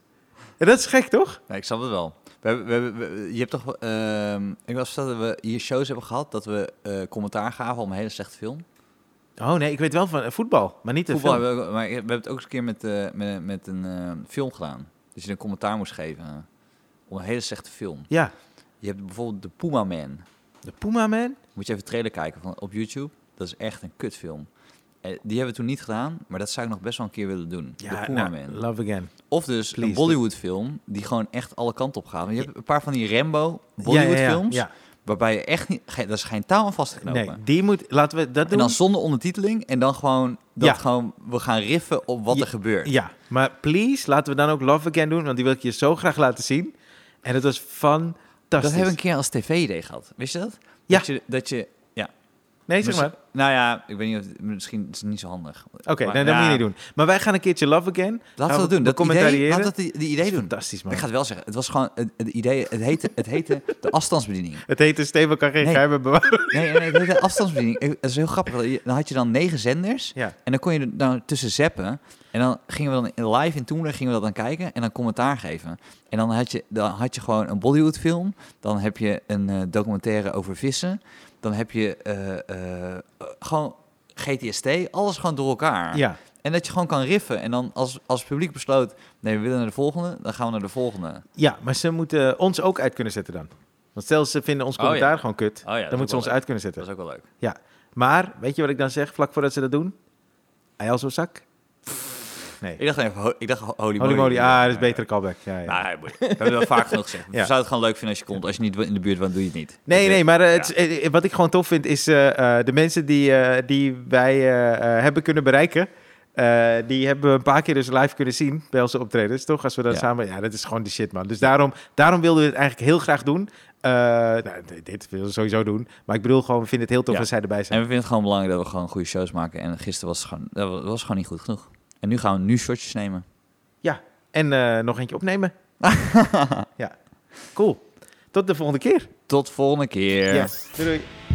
B: En dat is gek, toch?
A: Nee, ik snap het wel. We hebben, we hebben, we- je hebt toch... ehm, ik was dat we hier shows hebben gehad dat we eh, commentaar gaven om een hele slechte film.
B: Oh nee, ik weet wel van eh, voetbal, maar niet de
A: Voetbal
B: film.
A: hebben we, ook- maar we hebben het ook eens een keer met, eh, met, met een eh, film gedaan. Dus je een commentaar moest geven eh, om een hele slechte film.
B: Ja,
A: Je hebt bijvoorbeeld de Puma Man.
B: De Puma Man?
A: Moet je even de trailer kijken van, op YouTube. Dat is echt een kutfilm. Eh, die hebben we toen niet gedaan, maar dat zou ik nog best wel een keer willen doen. de Puma
B: nou,
A: Man.
B: Love Again.
A: Of dus
B: Please,
A: een Bollywood-film die gewoon echt alle kanten op gaat. Want je hebt een paar van die
B: Ja, ja, ja,
A: Rambo-Bollywood-films...
B: Ja,
A: waarbij je echt niet... Geen, daar is geen taal aan vast te knopen.
B: Nee, die moet... Laten we dat
A: En
B: doen.
A: dan zonder ondertiteling en dan gewoon... Dat
B: Ja.
A: gewoon we gaan riffen op wat
B: Ja,
A: er gebeurt.
B: Ja, maar please, laten we dan ook Love Again doen, want die wil ik je zo graag laten zien. En het was fantastisch.
A: Dat hebben we een keer als tv-idee gehad. Wist je dat?
B: Ja.
A: Dat je, dat je
B: Nee, zeg maar.
A: misschien- nou ja, ik weet niet of het- misschien is het niet zo handig.
B: Oké,
A: Maar-
B: nee, dat moet
A: ja.
B: je niet doen. Nou, Maar wij gaan een keertje Love Again.
A: Laten
B: Gaan
A: we dat doen. Dat idee,
B: becommentariëren.
A: laten we dat i- die idee doen.
B: Fantastisch,
A: Maar
B: man.
A: ik ga het wel zeggen. Het was gewoon het, het idee. Het heette, het heette de afstandsbediening.
B: Het heette Steven kan geen
A: Nee.
B: geheimen bewaren.
A: Nee, nee, het heette de afstandsbediening. Ik- Dat is heel grappig. Je- Dan had je dan negen zenders.
B: Ja.
A: En dan kon je er dan tussen zappen. En dan gingen we dan live in Toender gingen we dat dan kijken en dan commentaar geven. En dan had je, dan had je gewoon een Bollywood film. Dan heb je een eh, documentaire over vissen. Dan heb je eh, eh, gewoon GTST. Alles gewoon door elkaar.
B: Ja.
A: En dat je gewoon kan riffen. En dan als, als het publiek besloot, nee, we willen naar de volgende. Dan gaan we naar de volgende.
B: ja, maar ze moeten ons ook uit kunnen zetten dan. Want stel, ze vinden ons
A: Oh, ja.
B: commentaar gewoon kut.
A: ja,
B: dan moeten ze ons uit kunnen zetten.
A: Dat is ook wel leuk.
B: Maar, weet je wat ik dan zeg, vlak voordat ze dat doen? Ayel zo zak.
A: Ik
B: Nee.
A: dacht, even, ho- ik dacht ho- holy,
B: Holy moly, ah, dat is
A: beter.
B: betere callback. Ja, ja.
A: Nou, boeien. we hebben het wel vaak genoeg gezegd. We
B: Ja.
A: zouden het gewoon leuk vinden als je komt. Als je niet in de buurt woont, doe je het niet.
B: Nee,
A: Dus,
B: nee,
A: eh,
B: maar eh, het is- eh, eh, wat ik gewoon tof vind is eh, eh, de mensen die, eh, die wij eh, eh, hebben kunnen bereiken. eh, die hebben we een paar keer dus live kunnen zien bij onze optredens, toch? Als we dan
A: Ja.
B: samen... Ja, dat is gewoon de shit, man. Dus daarom, daarom wilden we het eigenlijk heel graag doen. Eh, nou, dit- dit willen we sowieso doen. Maar ik bedoel gewoon, we vinden het heel tof
A: Ja.
B: dat zij erbij
A: En
B: zijn.
A: we vinden het gewoon belangrijk dat we gewoon goede shows maken. En gisteren was het gewoon, dat wa- was gewoon niet goed genoeg. En nu gaan we nu shotjes nemen.
B: En eh, nog eentje opnemen. ja, cool. Tot de volgende keer.
A: Tot volgende keer.
B: Yes. Doei, doei.